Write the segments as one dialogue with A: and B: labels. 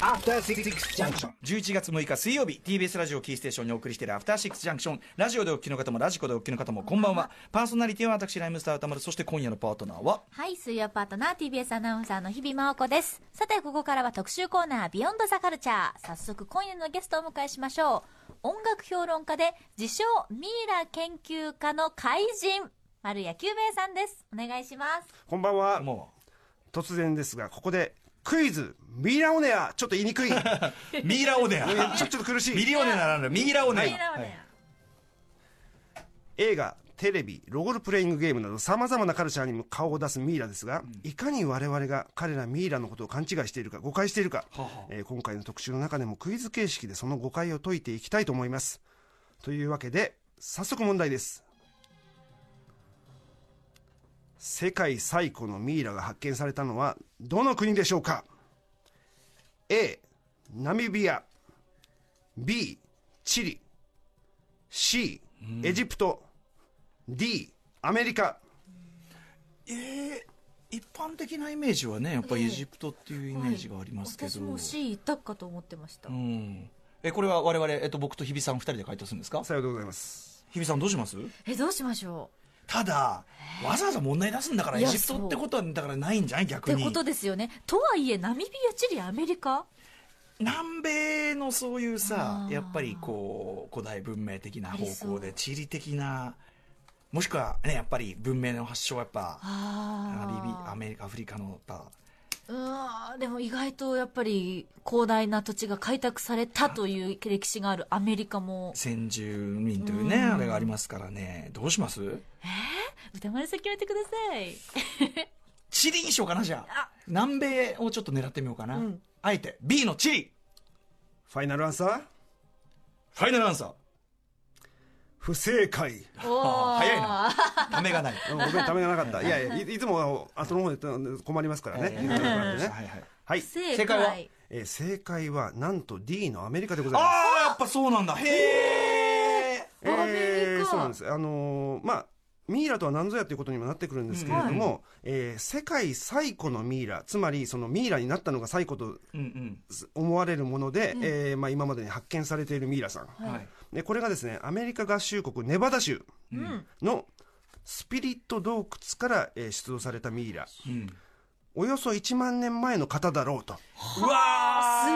A: アフターシックスジャンクション
B: 11月6日水曜日 TBS ラジオキーステーションにお送りしているアフターシックスジャンクションラジオでお聞きの方もラジコでお聞きの方もこんばんはパーソナリティは私ライムスター歌丸そして今夜のパートナーは
C: はい、水曜パートナー TBS アナウンサーの日々真央子です。さて、ここからは特集コーナー、ビヨンドザカルチャー。早速、今夜のゲストをお迎えしましょう。音楽評論家で、自称ミイラ研究家の怪人、丸谷久兵衛さんです。お願いします。
D: こんばんは。
B: も
D: 突然ですが、ここでクイズ、ミイラオネア、ちょっと言いにくい。ちょ
B: うミイラ オネア
D: ちょっと苦し
B: ミ
D: い。
B: リオネアならぬミイラオネア
C: ミイラは
B: はい
C: ね
D: 映画、テレビ、ロゴルプレイングゲームなど様々なカルチャーにも顔を出すミイラですが、いかに我々が彼らミイラのことを勘違いしているか、誤解しているか、えー今回の特集の中でもクイズ形式でその誤解を解いていきたいと思います。というわけで、早速問題です。世界最古のミイラが発見されたのはどの国でしょうか A ナミビア B チリ C エジプト、D アメリカ
B: えー一般的なイメージはねやっぱりエジプトっていうイメージがありますけ
C: 私
B: ど、
C: も C 行ったかと思ってました。
B: うんえこれは我々、えっと、僕と日比さん2人で回答するんですか
D: さようでございます
B: 日比さんどうします
C: え、どうしましょ
B: ただわざわざ問題出すんだから
C: い
B: エ
C: や
B: ジプトってことはだからないんじゃない逆
C: うっ
B: に
C: てことですよね。とはいえ、ナミビア、チリ、アメリカ
B: 南米のそういうさ
C: あー
B: やっぱりこう古代文明的な
C: ありそ
B: 方
C: う
B: 向で地理的なもしくはねやっぱり文明の発祥はやっぱアリビア
C: ああ。
B: メリカアフリカのやっぱ
C: うわーでも意外とやっぱり広大な土地が開拓されたという歴史があるアメリカも
B: 先住民というねあれがありますからねどうします
C: 歌丸さん決めてください
B: チリにしようかなじゃあ
C: あ
B: 南米をちょっと狙ってみようかな、
C: うん
B: あえて B のチリ
D: ファイナルアンサー
B: ファイナルアンサー
D: 不 正解
C: お
B: あー
C: ー
B: 早いなためが ない
D: ごめんためがなかったいやいやいいつも後の方で困りますからね、言うことなくなってね
B: はいはい
D: はい、
C: 正解
B: 正解は
D: えー正解はなんと D のアメリカでございま
B: あ
D: す
B: あやっぱそうなんだへえ
C: アメリカ
D: そうなんです。あのーまあミイラとは何ぞやということにもなってくるんですけれども、えー世界最古のミイラつまりそのミイラになったのが最古と
B: うん
D: 思われるもので、えーまあ、今までに発見されているミイラさん、
B: うんはい
D: でこれがですねアメリカ合衆国ネバダ州
C: うん
D: のスピリット洞窟から、えー出土されたミイラ
B: うん
D: およそ1万年前の方だろうと
B: うわ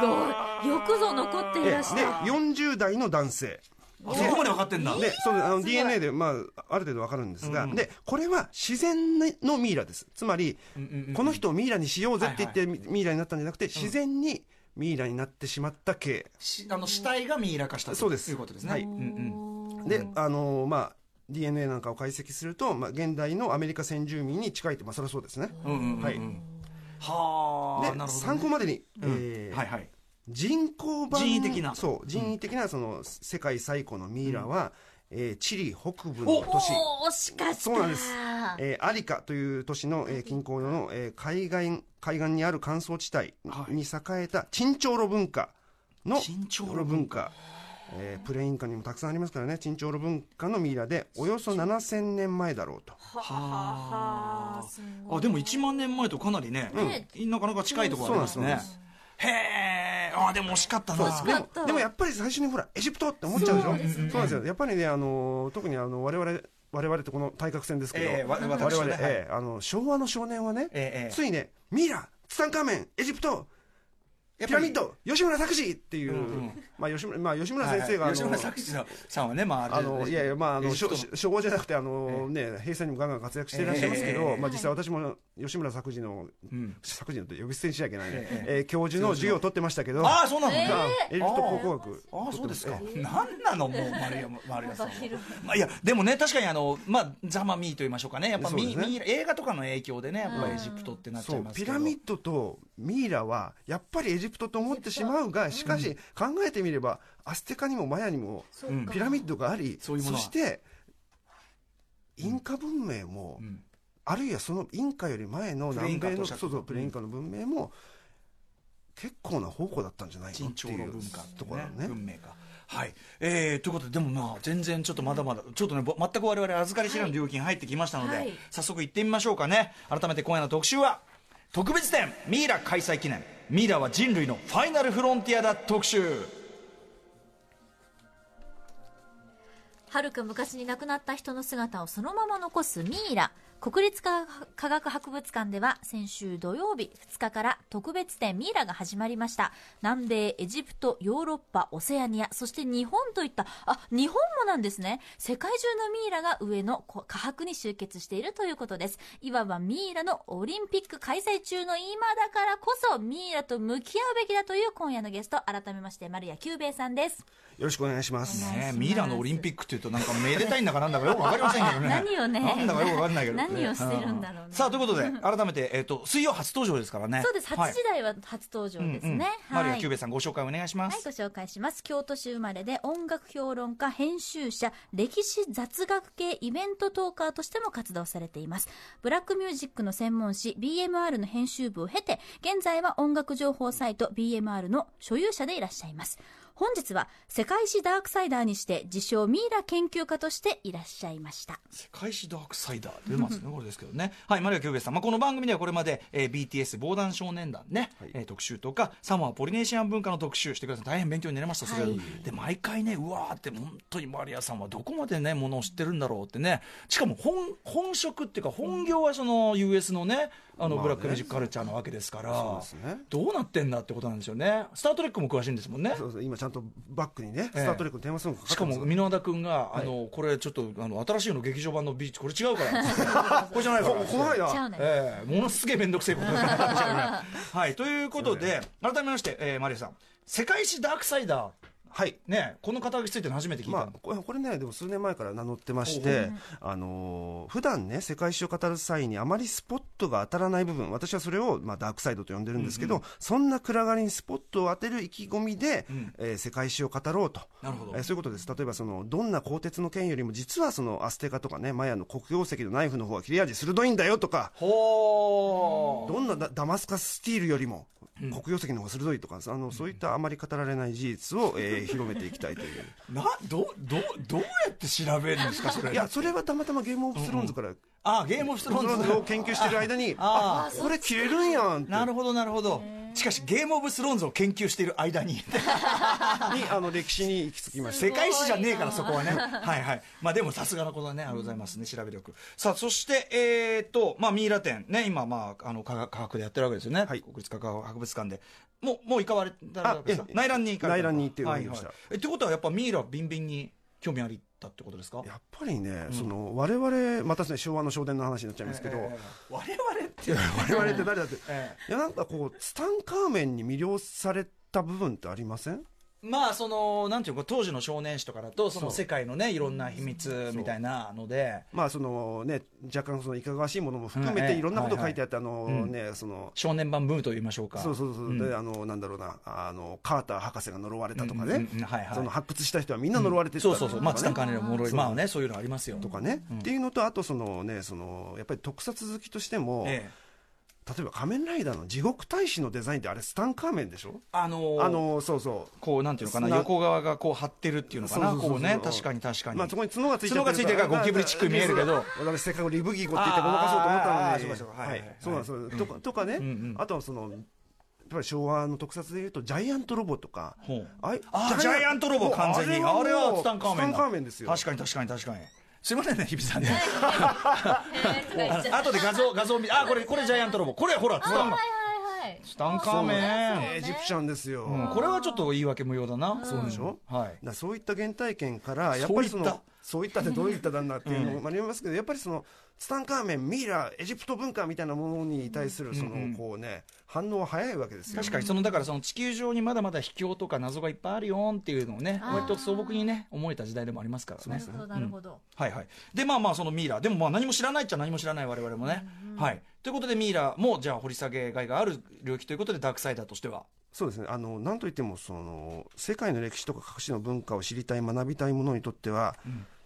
C: すごいよくぞ残ってい
D: でで
C: らした
D: 40代の男性
B: あそこまで分かってんだ
D: でそのあの
C: すごい
D: DNA で、まあ、ある程度わかるんですが、
B: うん
D: でこれは自然のミイラですつまり、
B: うんうんうん
D: この人をミイラにしようぜって言ってミミイラになったんじゃなくて、自然にミイラになってしまった系
B: しあの死体がミイラ化したと
D: そうです
B: いうことですね、
D: はい
B: うん
D: で、あのーまあ DNA なんかを解析すると、まあ、現代のアメリカ先住民に近いって、まあ、それはそうですね。
B: うんうんうんうん
D: はい
B: はあ
D: で、
B: なるほど、ね、
D: 参考までに、
B: う
D: え
B: ん
D: ー
B: はいはい
D: 人工版
B: 人為的な
D: そう人為的なその世界最古のミイラは、えーチリ北部の都市
C: おー惜しかった
D: そうなんですえーアリカという都市の、えー近郊の、えー海岸海岸にある乾燥地帯に栄えたチンチョーロ文化の
B: チンチョーロ文化
D: チョーロ文化、えープレインカにもたくさんありますからねチンチョーロ文化のミイラでおよそ7000年前だろうと
C: ははは
B: は
C: す
B: あ
C: ごい
B: あでも1万年前とかなりね、なかなか近いところあります
D: そうなん
B: ね
D: ですそ
B: へえあでも惜しかったな
C: 惜し
D: で
C: かっ
D: もでもやっぱり最初にほらエジプトって思っちゃうでし
C: そ
D: ょそうう,、
C: ですね
D: なんですよやっぱりね、あのー特にあの我々我々ってこの対角線ですけど、
B: ええわ
D: 我
B: 私は
D: 々、
B: ねはい
D: ええあの昭和の少年はね、
B: ええ
D: ついねミイラツタンカーメンエジプト
B: やっ
D: ピ
B: ぱ
D: ラ
B: り
D: ミッド吉村作詞っていう、
B: うんうん
D: まあ、吉村まあ吉村先生が、
B: はいはい
D: あ
B: 吉
D: の
B: 村作詞さんはねまああ
D: あ
B: れ
D: のいやいやまああ
B: エ
D: の
B: ジプ
D: 初
B: トの
D: 初号じゃなくてあの、ね平成にもガンガン活躍していらっしゃいますけど、
B: ええええ
D: まあ、実際私も吉村作詞の、
B: ん
D: 作詞のって呼び捨てにしちゃいけないね、
B: え
D: えー教授の授業を取ってましたけど
B: ああそうなの、
C: え
D: あエジプト
B: あー
D: 考古学
B: ああそうですか
D: ええ、
B: 何なのもう丸 山丸山さんは
C: 幅広
B: まあいやでもね確かにあのまあザマミーと言いましょうかねやっぱミ,、
D: そうですね
B: ミイラ映画とかの影響でねやっぱエジプトってなっち
D: そ
B: ゃいうます
D: ピ
B: けど
D: ラミッドとミイラはやっぱりエジプトと思ってしまうがしかし考えてみればアステカにもマヤにも
B: うん
D: ピラミッドがあり
B: そういうものは
D: してインカ文明も、
B: ん
D: あるいはそのインカより前の
B: プレイ
D: 南
B: ンカ
D: 米
B: とお
D: の
B: っしゃ
D: そ
B: っ
D: う
B: た
D: そうプレインカの文明も結構な方向だったんじゃないか
B: 陳
D: って
B: 朝
D: い
B: の
D: う
B: 文化って
D: と
B: い
D: こ
B: う
D: ろ
B: ね
D: ね。
B: 文明か。はい、えー、ということででもまあ全然ちょっとまだまだちょっとねぼ全く我々預かり知らぬ料金入ってきましたので、
C: はい
B: 早速行ってみましょうかね改めて今夜の特集は特別展ミイラ開催記念ミイラは人類のファイナルフロンティアだ特集
C: はるか昔に亡くなった人の姿をそのまま残すミイラ国立科学博物館では先週土曜日2日から特別展ミイラが始まりました南米エジプトヨーロッパオセアニアそして日本といったあ日本もなんですね世界中のミイラが上のこ科博に集結しているということですいわばミイラのオリンピック開催中の今だからこそミイラと向き合うべきだという今夜のゲスト改めまして丸谷久兵衛さんです
D: よろしくお願いします
C: お願いしま
B: ね
C: す
B: ミイラのオリンピックっていうとなんかめでたいんだかなんだかよくわかりませんけどね
C: 何をね
B: なんだかよくわかんないけど
C: 何をしてるんだろうね
B: さあということで改めて、えっと水曜初登場ですからね
C: そうです
B: は
C: 8
B: い
C: 時台は初登場です
B: う
C: ね、
B: んうんマリア
C: はい
B: キューベさんご紹介お願いしま
C: はい、
B: す
C: ご紹介します。京都市生まれで音楽評論家、編集者、歴史雑学系イベントトーカーとしても活動されています。ブラックミュージックの専門誌 BMR の編集部を経て、現在は音楽情報サイト BMR の所有者でいらっしゃいます。本日は世界史ダークサイダーにして自称ミイラ研究家としていらっしゃいました。
B: 世界史ダークサイダー出ますねこれですけどねはいマリアキューベさん、まあ、この番組ではこれまで、えー BTS 防弾少年団ね、
D: はい
B: えー特集とかサモアポリネーシアン文化の特集してください大変勉強になりましたそれ、
C: はい
B: で毎回ねうわーって本当にマリアさんはどこまでねものを知ってるんだろうってねしかも本本職っていうか本業はその US のねあの
D: まあね
B: ブラックミュージックカルチャーなわけですから、
D: そうですね
B: どうなってんだってことなんですよねスター・トレックも詳しいんですもんね
D: そうそう今ちゃんとバックにね、
B: ええ
D: スター・トレックのテーマソングかか
B: し
D: って
B: か
D: ます
B: も箕輪田君が、あのこれちょっとあの新しいの劇場版のビーチこれ違うからこれじゃないから
D: こ怖い
C: ちゃう
D: な
C: ね。
B: ええものすげえ面倒くせえことになっちゃうね はいということで改めまして、えーマリアさん「世界史ダークサイダー
D: はい」
B: ねこの肩書きついてるの初めて聞いた
D: ま
B: の
D: あ、これこれね、でも数年前から名乗ってまし
B: ほう
D: て、あのー普段ね、世界史を語る際に、あまりスポットが当たらない部分、私はそれを、まあ、ダークサイドと呼んでるんですけど、そんな暗がりにスポットを当てる意気込みで、
B: ん
D: えー世界史を語ろうと。
B: なるほど
D: えーそういうことです。例えば、その、どんな鋼鉄の剣よりも、実はその、アステカとかね、マヤの黒曜石のナイフの方が切れ味鋭いんだよとか、
B: ほー
D: どんなダダマスカススティールよりも、黒曜石の方が鋭いとか、あの、そういったあまり語られない事実を、えー広めていきたいという。
B: などどどうやって調べるんですかそれ
D: いや、それはたまたまゲームオブスローンズから、
B: あゲームオブスロ
D: ロ
B: ーン
D: ン
B: ズ
D: ズを研究してる間に、あ
B: あ
D: これ切れるんやんっ
B: あ
D: て。
B: なるほどなるほどしかしゲームオブスローンズを研究している間に
D: に、あの、歴史に行き着きました。
B: 世界史じゃねえからそこはねはいはいまあでもさすがのことはねありがとうございますね調べ力さあそしてえーっとまあミイラ展ね今まああの科学科学でやってるわけですよね、
D: はい
B: 国立科学博物館でもうもう行かわれたわけですか
D: あええ
B: 内覧に行かれた
D: 内覧に行ってまいりま
B: は
D: し
B: い
D: た
B: はいえってことはやっぱミイラビンビンに興味ありだってことですか
D: やっぱりね、その、我々、またね、昭和の少年の話になっちゃいますけど、
B: えー我々って
D: いや我々って誰だって。い
B: え
D: や、なんかこう、ツタンカーメンに魅了された部分ってありません
B: まあそのなんていうか当時の少年誌とかだとその
D: そう
B: 世界のねいろんな秘密みたいなので
D: まあ、そのね、若干その、いかがわしいものも含め
B: うんえ
D: て、
B: え
D: いろんなこと書いてあって、あの
B: うん
D: ね、その、
B: 少年版ブームと言いましょうか
D: そうそうそう、
B: ん
D: で、あの、なんだろうな、あの、カーター博士が呪われたとか
B: うん
D: ね
B: うんうんはいはい
D: その発掘した人はみんな呪われてたと
B: そ
D: か
B: う
D: ね
B: そうそうまあツタンカーメンのもろい
D: そう
B: まあねそういうのありますよ
D: とかね、っていうのとあとそのねそのやっぱり特撮好きとしても、
B: ええ
D: 例えば「仮面ライダー」の地獄大使のデザインってあれスタンカーメンでしょ
B: あのー
D: あのそうそ
B: こうなんていうのかな
D: 砂
B: 横側がこう張ってるっていう
D: う
B: のかな
D: そうそう
B: こ
D: そうう
B: ね
D: そう
B: 確かに確かに、
D: まあ、そこに角がついて
B: 角がついてるからゴキブリチックに見えるけど
D: 私せっかくリブギーゴって言ってごまかそうと思った
B: あーあーあ
D: の
B: ーそう
D: に
B: かそうかはいはい
D: そうなんですよとかとか
B: ん
D: ね、
B: うん
D: あとはそのやっぱり昭和の特撮でいうとジャイアントロボとか
B: ほう
D: あい
B: あジャイアントロボ完全にあれは
D: もう
B: ツタンカーメンだ
D: ツタンカーメンですよ
B: 確かに確かに確かにすいませんね日比さんね
A: はいはい
B: あとで画像画像見あこれこれジャイアントロボこれほらツタン
A: はい。
B: ツタンカーメ
D: エ
B: ン
D: ジプシャンですよ、
B: うんこれはちょっと言い訳無用だなそう
D: でしょ
B: はい
D: だからそういった原体験からやっぱりそのそういったってどういっただんだっていうのもありますけど、やっぱりそのツタンカーメンミイラエジプト文化みたいなものに対するその、こうね反応は早いわけですよ
B: 確かにそのだからその地球上にまだまだ秘境とか謎がいっぱいあるよーんっていうのをね割と素朴にね思えた時代でもありますからね
C: なるほど、なるほど。
B: はいはい、でまあまあそのミイラでもまあ何も知らないっちゃ何も知らない我々もね、はい、ということでミイラもじゃあ掘り下げがいがある領域ということでダークサイダーとしては
D: そうですねあのなんといってもその世界の歴史とか各地の文化を知りたい学びたいものにとっては、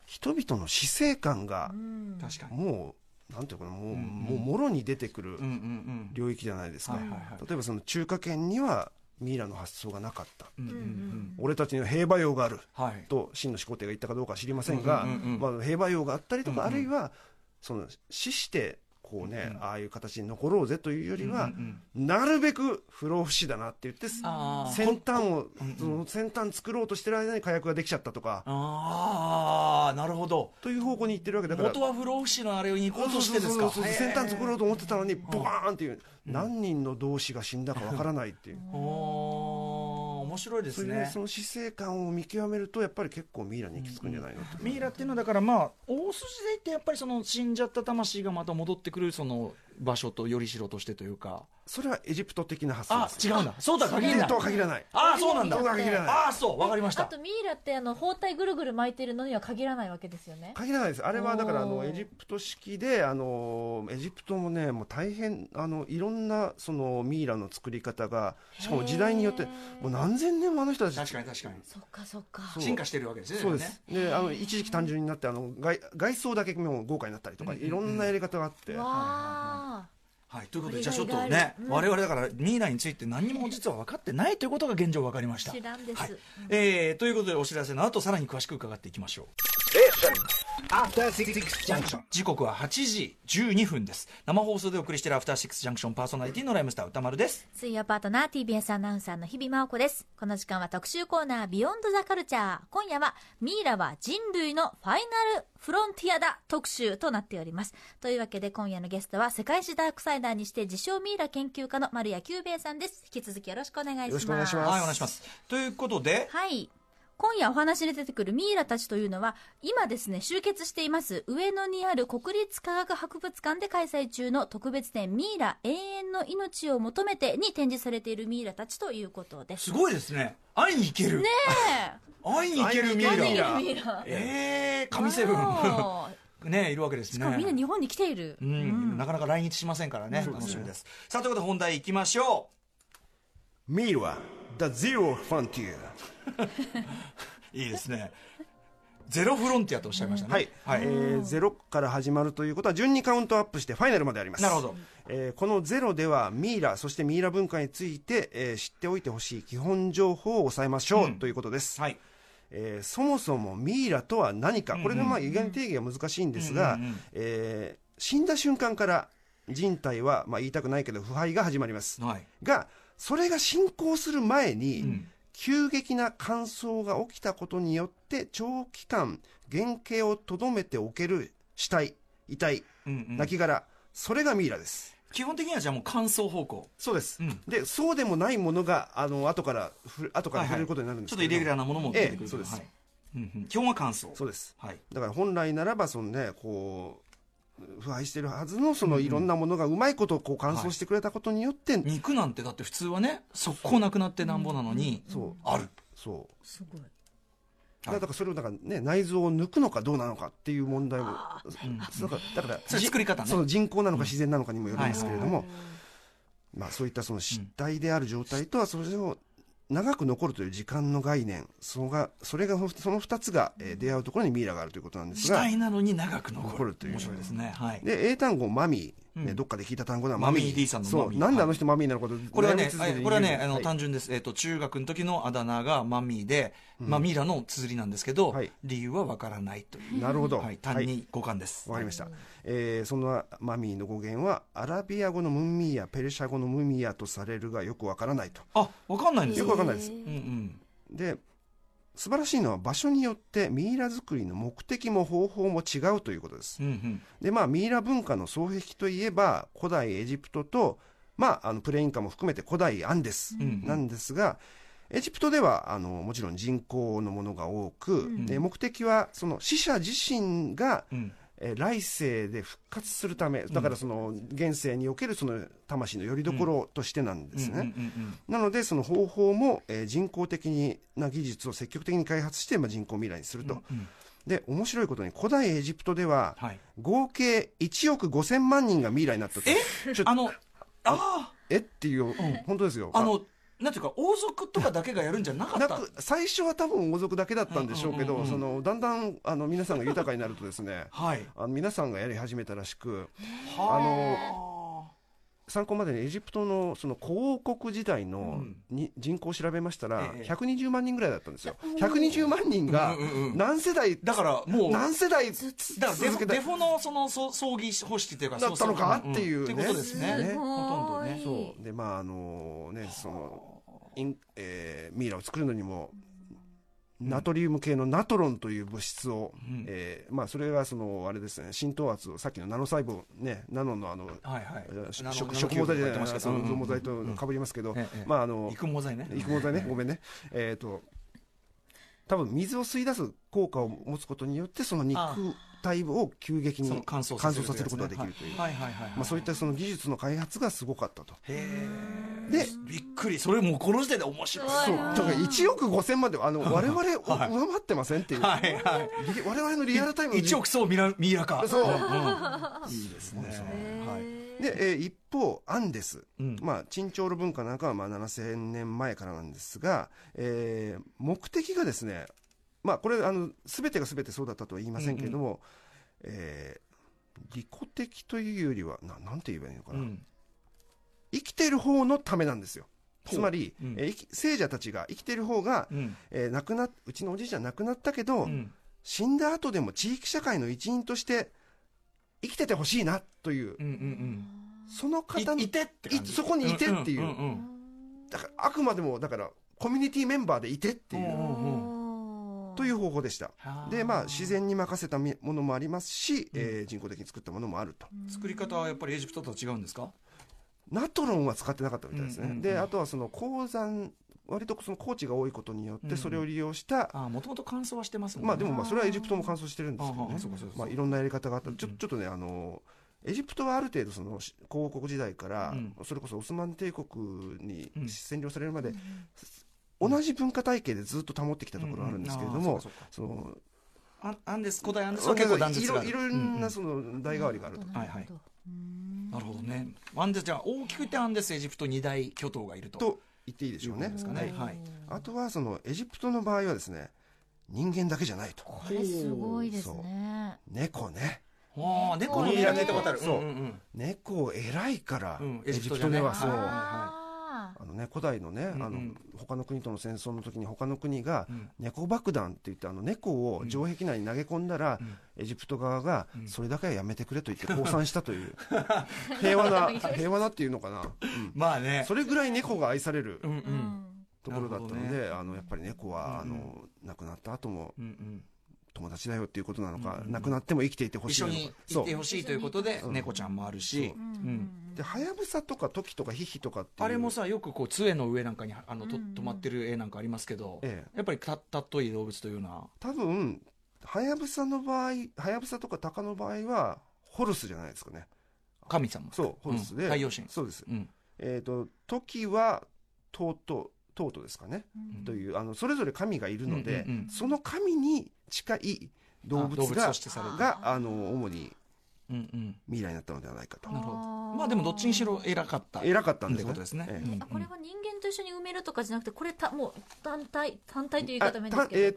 D: 人々の死生観が
B: 確かに、
D: もうなんていうのかなもう,、もうもろに出てく
B: う
D: る
B: んうん
D: 領域じゃないですか、
B: はいはいはい
D: 例えばその中華圏にはミイラの発想がなかった、
B: うんうんうんうん
D: 俺たちには兵馬俑がある
B: はい
D: と秦の始皇帝が言ったかどうかは知りませんが、
B: うんうんうんうん
D: まあ、兵馬俑があったりとか、あるいはその死してこうね、ああいう形に残ろうぜというよりは、なるべく不老不死だなって言ってす
B: あー
D: 先端を、その先端作ろうとしてる間に火薬ができちゃったとか
B: ああなるほど
D: という方向に行ってるわけだから
B: 元は不老不死のあれに行こうとしてです
D: そう
B: か
D: そうそうそう先端作ろうと思ってたのにボカーンっていう、何人の同志が死んだかわからないっていう。
B: おー面白い で
D: そ
B: す
D: れで
B: ね
D: その死生観を見極めるとやっぱり結構ミイラに行き着くんじゃないのと、
B: ミイラっていうのはだからまあ大筋で言ってやっぱりその死んじゃった魂がまた戻ってくるその場所とよりしろとしてというか
D: それはエジプト的な発想
B: あ
D: です
B: 違うんだそうだ限らない
D: とは限らない
B: ああそうなんだ
D: とは限らない
B: ああそうわかりまし
C: あ
B: た
C: とミイラってあの包帯ぐるぐる巻いてるのには限らないわけですよね
D: 限らないですあれはだからあ
C: お
D: の
C: ー
D: エジプト式であのエジプトもねもう大変あのいろんなそのミイラの作り方がしかも時代によってもう何千年もあの人たち
B: 確かに確かに
C: そっかそっか
D: そう
B: 進化してるわけですね
D: そうです、であの一時期単純になってあの外外装だけもう豪華になったりとか、いろんなやり方があって、
C: わあ
B: はい、ということで、
C: 意
B: じゃあ
C: 外
B: ちょっと
C: 意
B: ね
C: 外、うん
B: 我々だから、ミイラについて何も実は分かってないということが現状分かりました。
C: 知らんです
B: はい
C: うん
B: えーということで、お知らせの後、さらに詳しく伺っていきましょう。
E: After Six Junction.
B: 時刻は8時12分です。生放送でお送りしているアフターシックスジャンクションパーソナリティのライムスター歌丸です。
C: 水曜パートナー TBS アナウンサーの日々真央子ですこの時間は特集コーナー「ビヨンドザカルチャー今夜は「ミイラは人類のファイナルフロンティアだ」特集となっておりますというわけで今夜のゲストは世界史ダークサイダーにして自称ミイラ研究家の丸谷久兵衛さんです引き続きよろしくお願いします
D: よろしくお願いします
B: はい、お願いします。ということで、
C: はい。今夜お話に出てくるミイラたちというのは、今ですね、集結しています、上野にある国立科学博物館で開催中の特別展、ミイラ永遠の命を求めてに展示されているミイラたちということです。
B: すごいですね。会いに行ける。会いに行けるミイラ。
D: 会いに行
C: ミイラ。
B: えー、神セブン。
C: わ
B: ね、いるわけですね。
C: ーしかもみんな日本に来ている。
B: うん、なかなか来日しませんからね。楽しみです。さあ、ということで本題行きましょ
D: ミイラは The Zero Frontier
B: う。いいですね。ゼロフロンティアとおっしゃいましたね。
D: はい、えーゼロから始まるということは順にカウントアップしてファイナルまであります
B: なるほど、
D: えーこのゼロではミイラそしてミイラ文化について、えー知っておいてほしい基本情報を抑えましょう、
B: うん
D: ということです、
B: はい。
D: えーそもそもミイラとは何かこれがまあ意外に定義が難しいんですが、
B: うんうんうん
D: えー死んだ瞬間から人体は、まあ、言いたくないけど腐敗が始まります、
B: はい。
D: がそれが進行する前に、
B: ん
D: 急激な乾燥が起きたことによって長期間原型をとどめておける死体遺体
B: うんうん
D: 亡骸、それがミイラです
B: 基本的にはじゃあもう乾燥方向。
D: そうです、
B: うん
D: でそうでもないものがあの後からふる後から触れることになるんです
B: ちょっとイレギュラー
D: な
B: なものも
D: ええそうです
B: はいうんうん基本は乾燥。
D: そうです
B: はい。
D: だから本来ならばそのねこう腐敗してるはずのそのいろんなものがうまいことこう乾燥してくれたことによって、
B: 肉なんてだって普通はね、速攻なくなってなんぼなのに、
D: そう
B: ある。
D: そう
C: すごい。
D: だからだからそれをだから、ね、内臓を抜くのかどうなのかっていう問題も、そうだからだから
B: それ作り方ね
D: その人工なのか自然なのかにもよるんですけれど
B: うん
D: も、まあ、そういったその失態である状態とはそれを長く残るという時間の概念そのがそれがその2つが、えー出会うところにミイラがあるということなんです
B: 死
D: が
B: 体なのに長く残
D: 残
B: る
D: るという
B: 面白いですね。はい。
D: で英単語マミー、ね
B: うん
D: どっかで聞いた単語だ
B: マミー D さんの
D: そ
B: マ
D: う
B: ミー
D: なんであの人マミーなのかと
B: これはね
D: 悩み続、けて
B: あ
D: いる
B: これはね、あの、
D: はい
B: 単純です。えっ、と、中学の時のあだ名がマミーで、まあ、ミイラの綴りなんですけど、
D: はい
B: 理由はわからないという。
D: なるほど、
B: はい、単に五感です。
D: わかりました、えーそのマミーの語源はアラビア語のムンミーやペルシャ語のムミヤとされるがよくわからないと
B: あ、わかんないんです
D: よくわかんないです
B: うんうん。
D: で素晴らしいのは場所によってミイラ作りの目的も方法も違うということです
B: うんうん。
D: でまあミイラ文化の双璧といえば古代エジプトとまああのプレインカも含めて古代アンデス
B: ん
D: なんですが、エジプトではあのもちろん人口のものが多く、で目的はその死者自身が、
B: うん
D: えー来世で復活するためだからその現世におけるその魂の拠り所としてなんです
B: うん
D: ね、
B: うんうんうん
D: なのでその方法も、えー人工的な技術を積極的に開発して、まあ、人工未来にすると、で面白いことに古代エジプトでは、
B: はい
D: 合計1億5000万人がミイラになったとちょ
B: あの、あ
D: えっていう、本当ですよ
B: あ、あの、なんていうか、王族とかだけがやるんじゃなか
D: あ
B: っ
D: な
B: た。
D: く最初は多分王族だけだったんでしょうけど、そのだんだんあの皆さんが豊かになるとですね
B: はい。
D: あの皆さんがやり始めたらしく
B: はあ。
D: 参考までにエジプトのその古王国時代のに人口を調べましたら、
B: ええ
D: 120万人ぐらいだったんですよ、120万人が
B: うんうんうん
D: 何世代、
B: だからもう
D: 何世代続
B: だからデフ
D: け
B: デ
D: た
B: フォのそのそ葬儀方式っていうか
D: だったの
B: そ
D: か
B: うそう
D: っていうね
B: ってことですね
C: すごい
B: ほとんどね
D: そうでまああのねそのイン、えーミイラを作るのにもナトリウム系のナトロンという物質を、
B: ん
D: えーまあ、それがそのあれですね浸透圧をさっきのナノ細胞、ね、ナノのあの、
B: はいはい
D: えーし
B: ナノ
D: 食
B: ナノ
D: 食毛剤
B: キューブとか
D: じ
B: 言っ
D: ゃな
B: て
D: い
B: ましたけど
D: その
B: うんうん
D: 増毛剤とかぶりますけど、
B: ええ
D: まああの
B: 育毛剤ね
D: 育毛剤ね、ごめんね、えー、と多分水を吸い出す効果を持つことによって、その肉
B: あ
D: 体を急激に
B: その
D: 乾
B: 乾
D: 燥
B: 燥
D: さ
B: さ
D: せ
B: せ
D: る
B: る
D: ことができるという、
B: はいはいはいはい
D: まあ、そういったその技術の開発がすごかったと。
B: へえ
D: で
B: びっくりそれもうこの時点で面白い
D: そうだから1億5000万で、あの我々を
B: は
D: 上
B: い
D: 回ってませんって いう、
B: はいはい
D: リ我々のリアルタイム の
B: 一億そうミラミイラか
D: そう
B: いいですねはい
D: で、えー一方、アンデス、
B: うん
D: まあ、チンチョール文化なんかはまあ7000年前からなんですが、えー目的がですね、まあ、これあの、全てが全てそうだったとは言いませんけれども、えー利己的というよりはな、なんて言えばいいのか
B: う
D: な、
B: ん
D: 生きている方のためなんですよ。
B: ほう
D: つまり、
B: うん
D: えー生き聖者たちが生きている方が、
B: うん
D: えー亡くなっうちのおじいちゃん亡くなったけど、
B: うん
D: 死んだ後でも地域社会の一員として生きててほしいなという、
B: うんうん
D: その
B: うん
D: 方
B: い
D: に
B: いてって感
D: い
B: じ
D: そこにいてっていう,、
B: んんん
D: だからあくまでもだからコミュニティメンバーでいてってい
B: う
D: う、
B: んうん
D: という方法でした
B: あー
D: でまあ自然に任せたみものもありますし、えー人工的に作ったものもあると、
B: 作り方はやっぱりエジプトとは違うんですか
D: ナトロンは使ってなかったみたいですね、
B: うんうんうん
D: であとはその鉱山割とその高地が多いことによっ
B: うんう
D: て
B: ん
D: それを利用した、
B: あもともと乾燥はしてますもんね
D: まあでもまあそれはエジプトも乾燥してるんですけど
B: あ
D: ね
B: あそうかそうかそうか
D: まあいろんなやり方があったちょ
B: うん
D: ちょっとねあのエジプトはある程度そのし広国時代から
B: うん
D: それこそオスマン帝国に
B: うん
D: 占領されるまで同じ文化体系でずっと保ってきたところあるんですけれど
B: うんうんあ
D: も
B: あそうか
D: その
B: あアンデス古代アンデス
D: そう
B: は
D: 結
B: 結
D: 構
B: 構断
D: 断絶
B: 絶
D: が
B: が
D: あ
B: あ
D: る
B: る
D: いろいろ
B: うんう
D: なんその代替わりがあると
B: はいはいなるほどねアンデスじゃあ大きく言ってアンデスエジプト二大巨頭がいると
D: と言っていいでし
B: い
D: ょ
B: う
D: う
B: こと
D: ね
B: ですかねはい
D: あとはそのエジプトの場合はですね人間だけじゃないと
C: これすごいですね
D: 猫ね
B: ああ猫の
C: ね
B: ミイラ聞いたことある
D: そうん
B: んん
D: 猫偉いから
B: うん
D: エ
B: エ
D: ジ
B: ジ
D: プ
B: プ
D: ト
B: ト
D: で
B: で
D: は
B: は
D: そう
B: ねはい
C: あ
D: あのね、古代のね、
B: うん
D: あの他の国との戦争の時に他の国が
B: うん
D: 猫爆弾って言ってあの猫を城壁内に投げ込んだら、エジプト側が
B: ん
D: それだけはやめてくれと 言って降参したという平和な平和なっていうのかな、うん
B: まあね
D: それぐらい猫が愛される
B: うんう
C: ーうんん
D: ところだった
B: な
D: の
B: るほ
D: で、
B: どね
D: あのやっぱり猫は、
B: うんうん
D: あの亡くなった後も
B: うんうん
D: 友達だよっていうことなのか、
B: うんうん
D: 亡くなっても生きていてほ
B: 一
D: しい
B: 緒
D: のか
B: に
D: そ
B: いうてほしいということで猫ちゃんもあるし
D: そう
C: う
B: うん
C: ん
D: でハヤブサとかトキとかヒヒとかっていう
B: あれもさよくこう杖の上なんかにあのと
C: うんうん
B: 止まってる絵なんかありますけど
D: ええ
B: やっぱりたったっとい動物というのは
D: 多分はやぶさの場合はやぶさとか鷹の場合はホルスじゃないですかね
B: 神様
D: そうホルスで、
B: うん太陽神
D: そうです
B: うん
D: えっ、と時はトウトウトウトですかね、というあのそれぞれ神がいるので、
B: うんうんうん
D: その神に近い動
B: あ
D: 物
B: 動物
D: が
B: としてされる
D: があの主に
B: うんうん
D: ミイラになったのではないかと
B: なるほど
C: あー
B: まあでもどっちにしろ偉かった
D: 偉かったん
B: って
D: です
B: こ
D: ね
B: とですね
D: え
B: うん
D: え
C: あこれは人間と一緒に埋めるとかじゃなくてこれたもう単体単体という言い方もいいんで
D: あ
C: す
D: たえ
C: け
D: っ、
C: ど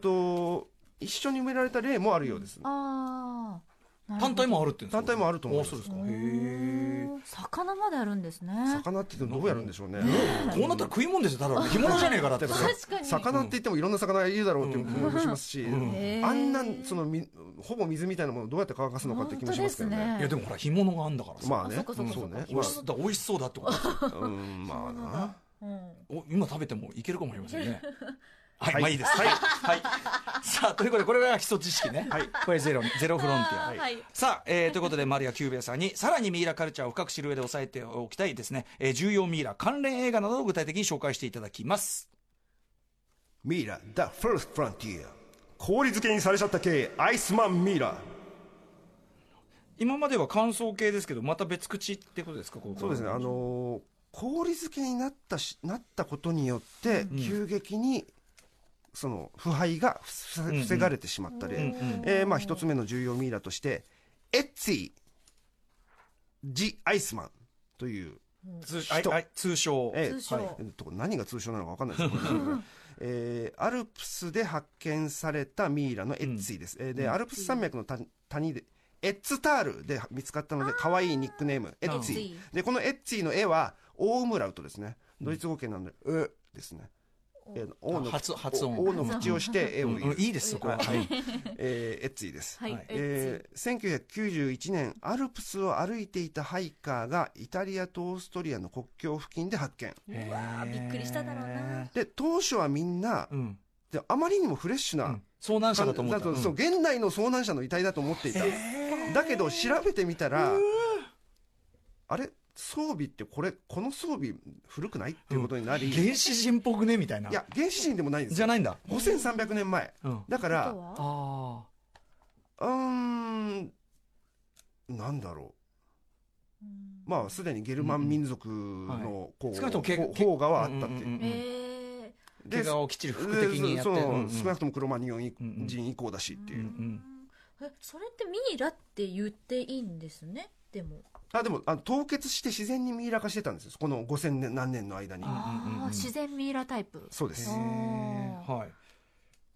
D: と一緒に埋められた例もあるようです、
C: ああ
B: 単体もあるっていうんですか
D: 単体もあると思います
B: あそうですかへえ
C: 魚まであるんですね
D: 魚ってどうやるんでしょうね、
B: こうなったら食いもんですよ、ただの。干物じゃねえからって。
C: 確かに
D: 魚って言ってもいろんな魚がいるだろうっていう気もしますし、
B: ん
C: うん
D: あんなそのみほぼ水みたいなものをどうやって乾かすのかって気もしますけどね
C: 本当ですね
B: いや、でもほら、干物があんだからさ。
D: まあね
C: あそっかそっか
D: そうね
B: 美味しそうだ、美味しそうだってことですよ
D: まあうんまあな
C: うん
B: お今食べてもいけるかもしれませんね。はい、
D: はい
B: まあいいです。はい。はい。さあ、ということで、これが基礎知識ね。はい。これゼロ、ゼロフロンテ ィア。
C: はい
B: さあ、えーということで、マリア・キューベイさんに、さらにミイラカルチャーを深く知る上で押さえておきたいですね、えー重要ミイラ関連映画などを具体的に紹介していただきます。
D: ミイラ The First Frontier 氷漬けにされちゃった系アイスマンミイラ
B: 今までは乾燥系ですけど、また別口ってことですか、ここ
D: そうですねあのー氷漬けになったしなったことによって急激にその腐敗が防
B: んうん
D: 防がれてしまった例、
B: ん
D: えーまあ、一つ目の重要ミイラとしてエッツィ・ジ・アイスマンという
B: 通あいあい通称。
D: ええ
C: 通称
D: はいえっと何が通称なのか分かんないですけど、これ えーアルプスで発見されたミイラのエッツィです、えーでアルプス山脈の谷谷でエッツタールで見つかったので可愛いニックネームエッツ
C: エッ
D: ィ
C: ツィ
D: でこのエッツィの絵はオウムラウトですねドイツ語圏なので「う」ですねえー王の
B: 発発音
D: 王王の口をして絵を
B: うん
D: 言う
B: いいですそこははい
D: えーエッツィです
C: はい、
B: はい
D: えー1991年アルプスを歩いていたハイカーがイタリアとオーストリアの国境付近で発見
C: うわーびっくりしただろうな
D: で当初はみんな
B: うん
D: であまりにもフレッシュ
B: う
D: なん
B: 遭難者
D: 感
B: だ
D: だ
B: と
D: と
B: 思った
D: そう現代の遭難者の遺体だと思っていただけど調べてみたらあれ装備ってこれこの装備古くないっていうことになり、
B: うん
D: い
B: 原始人っぽくねみたいな
D: や原始人でもないんです
B: じゃないんだ
D: 5300年前
B: うん
D: だか
C: あ
D: ら
C: とは
B: あ
D: うーんなんだろ
C: う
D: う
C: ん
D: まあ、すでにゲルマン民族
B: うんうん
D: の、こう、
B: 少なくともけ
D: ほうがはあったっていう。
B: んんんん
C: ええ
D: で
B: 怪我をきっちり服的にやって
D: そう
B: うんうん
D: 少なくともクロマニオン
B: うんうん
D: 人以降だしっていう。
B: ん
C: えそれってミイラって言っていいんですねでも
D: あ、でも、あの凍結して自然にミイラ化してたんですよ。この5000年、何年の間に。
B: うんうんうん
C: あー自然ミイラタイプ
D: そうで
B: へ
D: す
B: ー。はい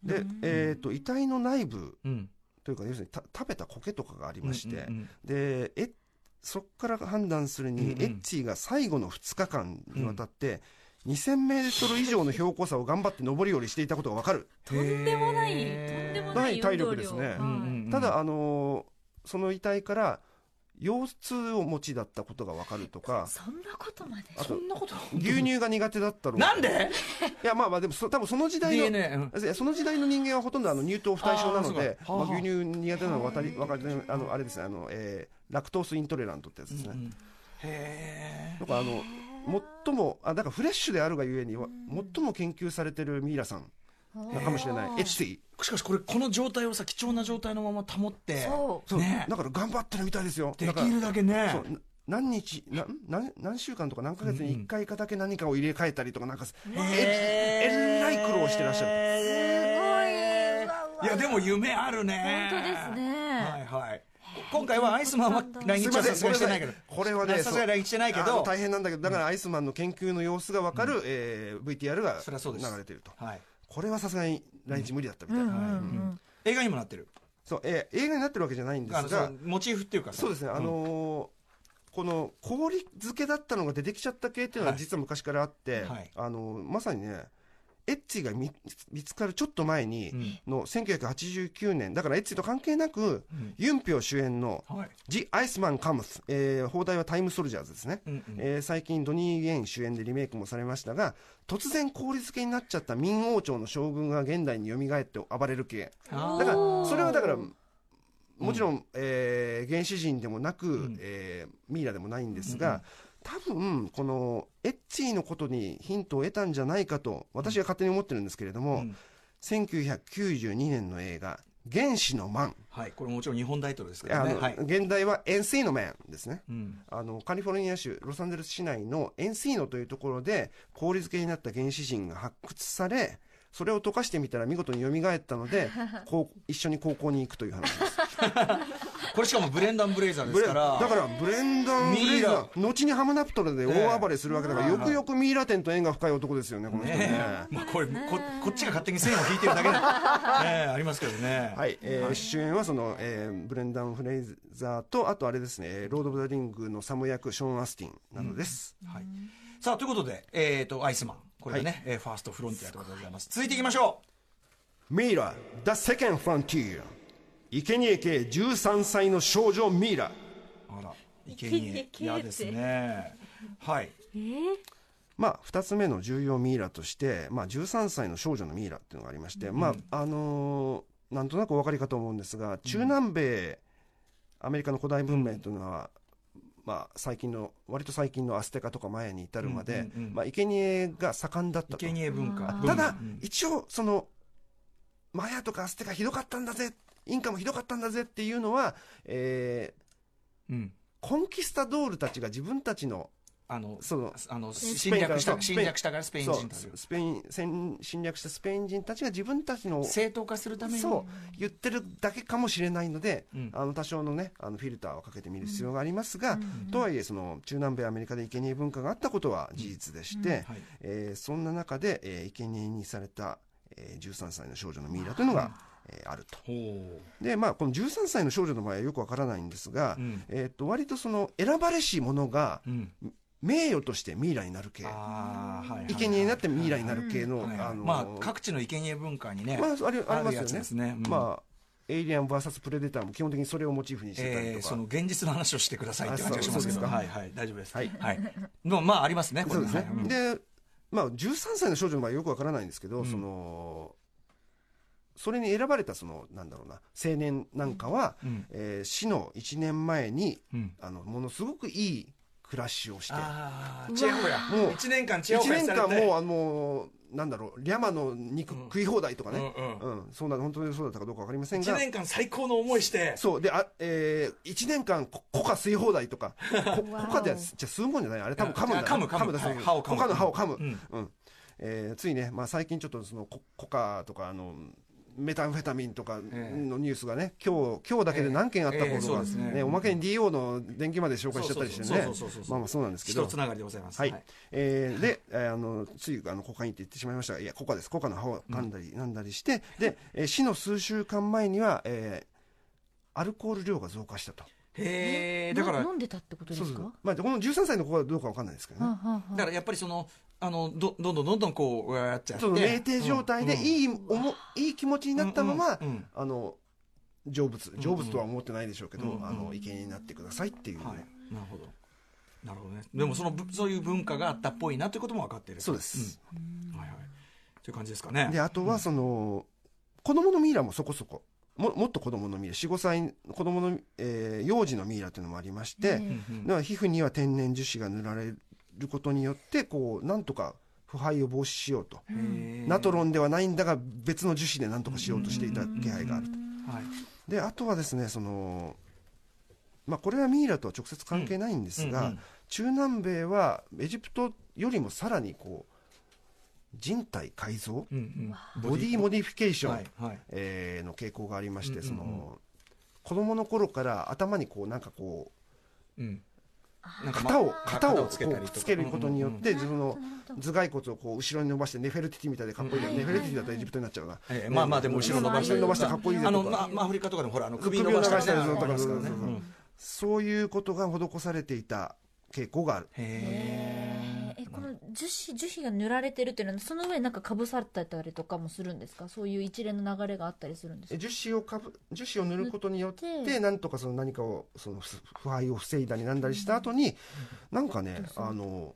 D: で、えっと、遺体の内部
B: うん
D: というか、要するにた食べた苔とかがありまして、
B: うんうん
D: で、え、そこから判断するに、
B: うんうん
D: エッチーが最後の2日間にわたって、2000メートル以上の標高差を頑張って上り下りしていたことがわかる。
C: とんでもないと
B: へー
C: んでも
D: な
C: ないい
D: 体力ですね
C: 運動
B: う
C: 量
B: んうん
C: はい
B: うん
D: ただ、あのーその遺体から腰痛を持ちだったことが分かるとか
C: そんなことまで
D: あ
B: そ
D: と
B: んなこと
D: 牛乳が苦手だったろう
B: なんで
D: いやまあまあでもそ多分その時代の
B: DNA うん
D: いやその時代の人間はほとんどあの乳糖不対症なので
B: あーそうかはあ
D: まあ、牛乳苦手なのはわたりわかりあのあれですねあの、えーラクトースイントレラントってやつですね、
B: うんへえ
D: とかあの最もあだからフレッシュであるがゆえにわ最も研究されてるミイラさんなかもしれないエッチ
B: しかしこれこの状態をさ貴重な状態のまま保って
C: そう
D: そう、
B: ね
D: だから頑張ってるみたいですよ
B: で
D: だから
B: きるだけね
D: そうな何日な何何週間とか何ヶ月
B: うんう
D: に
B: ん
D: 1回かだけ何かを入れ替えたりとかなんかす
B: え
D: えらい苦労してらっしゃる
B: る
C: すごいうわうわ
B: いやでも夢あるね
C: 本当ですね
B: はいはい今回はアイスマンは来日はさすがにしてないけど
D: これはね
B: さすがに来日してないけ
D: あの
B: ど
D: 大変なんだけどだからアイスマンの研究の様子が分かる、えー VTR が
B: そ
D: 流
B: りゃそうです
D: れてると
B: はい
D: これはさすがに来日無理だったみたいな、
B: はいうん映画にもなってる
D: そうえー映画になってるわけじゃないんで
B: あ
D: す
B: の
D: が
B: そうモチーフっていうかさ
D: そうですねあのーこの氷漬けだったのが出てきちゃった系っていうのは
B: はい
D: 実は昔からあって、
B: はい
D: あのーまさにねエッチが見見つかるちょっと前に、
B: うん
D: の1989年、だからエッチと関係なく、
B: ん
D: ユンピョ主演の
B: はい
D: The Iceman Comes、えー、放題はタイムソルジャーズですね、
B: うんうん
D: えー最近ドニー・ゲイン主演でリメイクもされましたが、突然氷漬けになっちゃった明王朝の将軍が現代に蘇って暴れる系。
B: あー
D: だから、それはだから、もちろん、えー原始人でもなく、
B: ん
D: えーミイラでもないんですが、多分、この、エッチーのことにヒントを得たんじゃないかと、私が勝手に思ってるんですけれども、
B: うん
D: 1992年の映画、原始のマン。
B: はいこれもちろん日本タイトルですから
D: あ
B: ね
D: の、
B: はい
D: 現代はエンスイーノマンですね。
B: うん
D: あの、カリフォルニア州ロサンゼルス市内のエンスイーノというところで、氷漬けになった原始人が発掘され、それを溶かしてみたら見事に蘇ったの で、こう一緒に高校に行くという話です。
B: これしかもブレンダン・ブレイザーですから
D: だからブレンダン・ブレイザー後にハムナプトラで大暴れするわけだから、
B: ええ
D: よくよくミイラ店と縁が深い男ですよねこの人ね
B: ねえまあこれここっちが勝手に線を引いてるだけでね えありますけどね
D: はい、えー主演はその、えーブレンダン・フレイザーとあとあれですねえーロード・オブ・ザ・リングのサム役ショーン・アスティンなどです、
B: はい、さあということで、えー、とアイスマンこれがね、えーファーストフロンティアということでございます続いていきましょ
D: ミイラ The Second Frontier 生贄系13歳の少女ミイラ
B: うあら生贄嫌ですねはい
D: まあ、2つ目の重要ミイラとして、まあ、13歳の少女のミイラっていうのがありまして、まああのーなんとなくお分かりかと思うんですが中南米、アメリカの古代文明というのは、まあ、最近の割と最近のアステカとかマヤに至るまで、
B: うんうんうん
D: まあ、生贄が盛んだったと
B: 生贄文化
D: ただ、
B: うん
D: 一応そのマヤとかアステカひどかったんだぜインカもひどかったんだぜっていうのは、えー
B: うん
D: コンキスタドールたちが自分たちの
B: あの
D: その
B: あの
D: ス
B: 侵略し
D: スペインから
B: た侵略したからスペイン
D: そう
B: 人たちが
D: スペイン戦侵略したスペイン人たちが自分たちの
B: 正当化するために
D: そう言ってるだけかもしれないので、
B: うん
D: あの多少のねあのフィルターをかけてみる必要がありますが、とはいえその中南米アメリカで生贄文化があったことは事実でして、
B: はい
D: えーそんな中で、えー生贄にされた、えー13歳の少女のミイラというのが、えーあると。
B: ほ
D: でまあ、この13歳の少女の場合はよくわからないんですが、
B: うん
D: えー、と割とその選ばれし者が
B: う、うん、
D: 名誉としてミイラになる系
B: ああはいはい
D: 生贄になってミイラになる系の、
B: はいはい
D: あの
B: まあ各地の生贄文化にね、
D: まあ、あれあり
B: る
D: ますよ
B: やつ
D: ね
B: ですねうん
D: まあ、エイリアン VS プレデターも基本的にそれをモチーフにしてたり
B: え
D: と
B: ー
D: か、
B: その現実の話をしてくださいって感じがしますけど
D: あそうそうですか
B: はいはい大丈夫です
D: はい
B: でもまあありますねこれ
D: そうですね、
B: はいうん
D: で、まあ、13歳の少女の場合よくわからないんですけど、
B: うん
D: そのそれに選ばれたそのなんだろうな青年なんかは、
B: うん
D: えー死の1年前に
B: うん
D: あのものすごくいい暮らしをして
B: ああチェホヤ
D: もう
B: 1年間チェホ
D: 1
B: ヤ
D: 年
B: され
D: 間
B: て
D: もうあのなんだろうリャマの肉
B: うん
D: 食い放題とかね、
B: うんうん
D: うんそんな本当にそうだったかどうかわかりませんが
B: 1年間最高の思いして
D: そうであ、えー、1年間こコカ吸い放題とかこコカってじゃ吸うもんじゃないあれ多分噛むんだ
B: あ噛む噛む
D: だそう
B: はい歯を噛む
D: コカの歯を噛む、う
B: うんん
D: えーついね、まあ、最近ちょっとそのココカとかあのメタンフェタミンとか
B: ええ
D: のニュースがね、今日今日だけで何件あったこと
B: ええええそう
D: が、
B: ですね
D: ねおまけに DO の電気まで紹介しちゃったりしてね
B: そうそうそうそうそうそうそう
D: まあまあそうなんですけど
B: 一つながりでございます
D: はい、えーで、えーあのついあのコカインって言ってしまいましたがいやコカですコカの葉を噛んだり、なんだりしてで、えー死の数週間前には、えーアルコール量が増加したと
B: へえ
C: え
B: だから
C: な飲んでたってことですか
D: そうそうまあ、この13歳の子はどうかわかんないですけど
C: はあ
D: ね、
C: はあはあ
B: だからやっぱりそのあのどどんどんどんどんこううわーっちゃって
D: その酩酊状態で
B: い
D: いい,、おもいい気持ちになったまま、
B: うんうん
D: あの成仏成仏とは思ってないでしょうけど、
B: うんうん
D: あの生贄になってくださいっていうね、
B: はいなるほどなるほどねでもそのぶそういう文化があったっぽいなということも分かっている
D: そうです、
B: うんはいはいという感じですかね
D: であとはその、子供のミイラもそこそこももっと子供のミイラ45歳子供の、えー幼児のミイラっていうのもありまして、
B: うんうん
D: だから皮膚には天然樹脂が塗られることによってこうなんとか腐敗を防止しようと、
B: へー
D: ナトロンではないんだが別の樹脂でなんとかしようとしていた気配があると、
B: はい
D: であとはですねその、まあ、これはミイラとは直接関係ないんですが、
B: うんうんうん
D: 中南米はエジプトよりもさらにこう人体改造、
B: うん
D: ボディモディフィケーシ
B: うん
D: ョン、
B: はいはい
D: えーの傾向がありまして、
B: うんうんうん
D: その子供の頃から頭にこうなんかこう
B: うんなんかま
D: 型を
B: か
D: 型をこう
B: つけたりとか
D: つけることによっ
B: うんうんうん
D: て自分の
C: なるほど
D: 頭蓋骨をこう後ろに伸ばしてネフェルティティみたいでかっこいいけど
B: うん
D: ネフェルティティだったらエジプトになっちゃうな、
B: ええまあまあでも後ろ伸ばしたり
D: 後ろ伸ばしてかっこいいぜ
B: あの
D: とか
B: ままあアフリカとかでもほらあの首伸ばしたり
D: 首を伸ばしたり
B: ね
D: するとか
B: ありますからねうん
D: そういうことが施されていた傾向がある
B: へ
C: えこの樹脂樹脂が塗られてるっていうのはその上になんかかぶさってたりとかもするんですかそういう一連の流れがあったりするんです
D: え
C: か
D: 樹脂をかぶ樹脂を塗ることによっ
C: 塗って
D: なんとかその何かをそのふ腐敗を防いだりなんだりした後に、なんかねあの、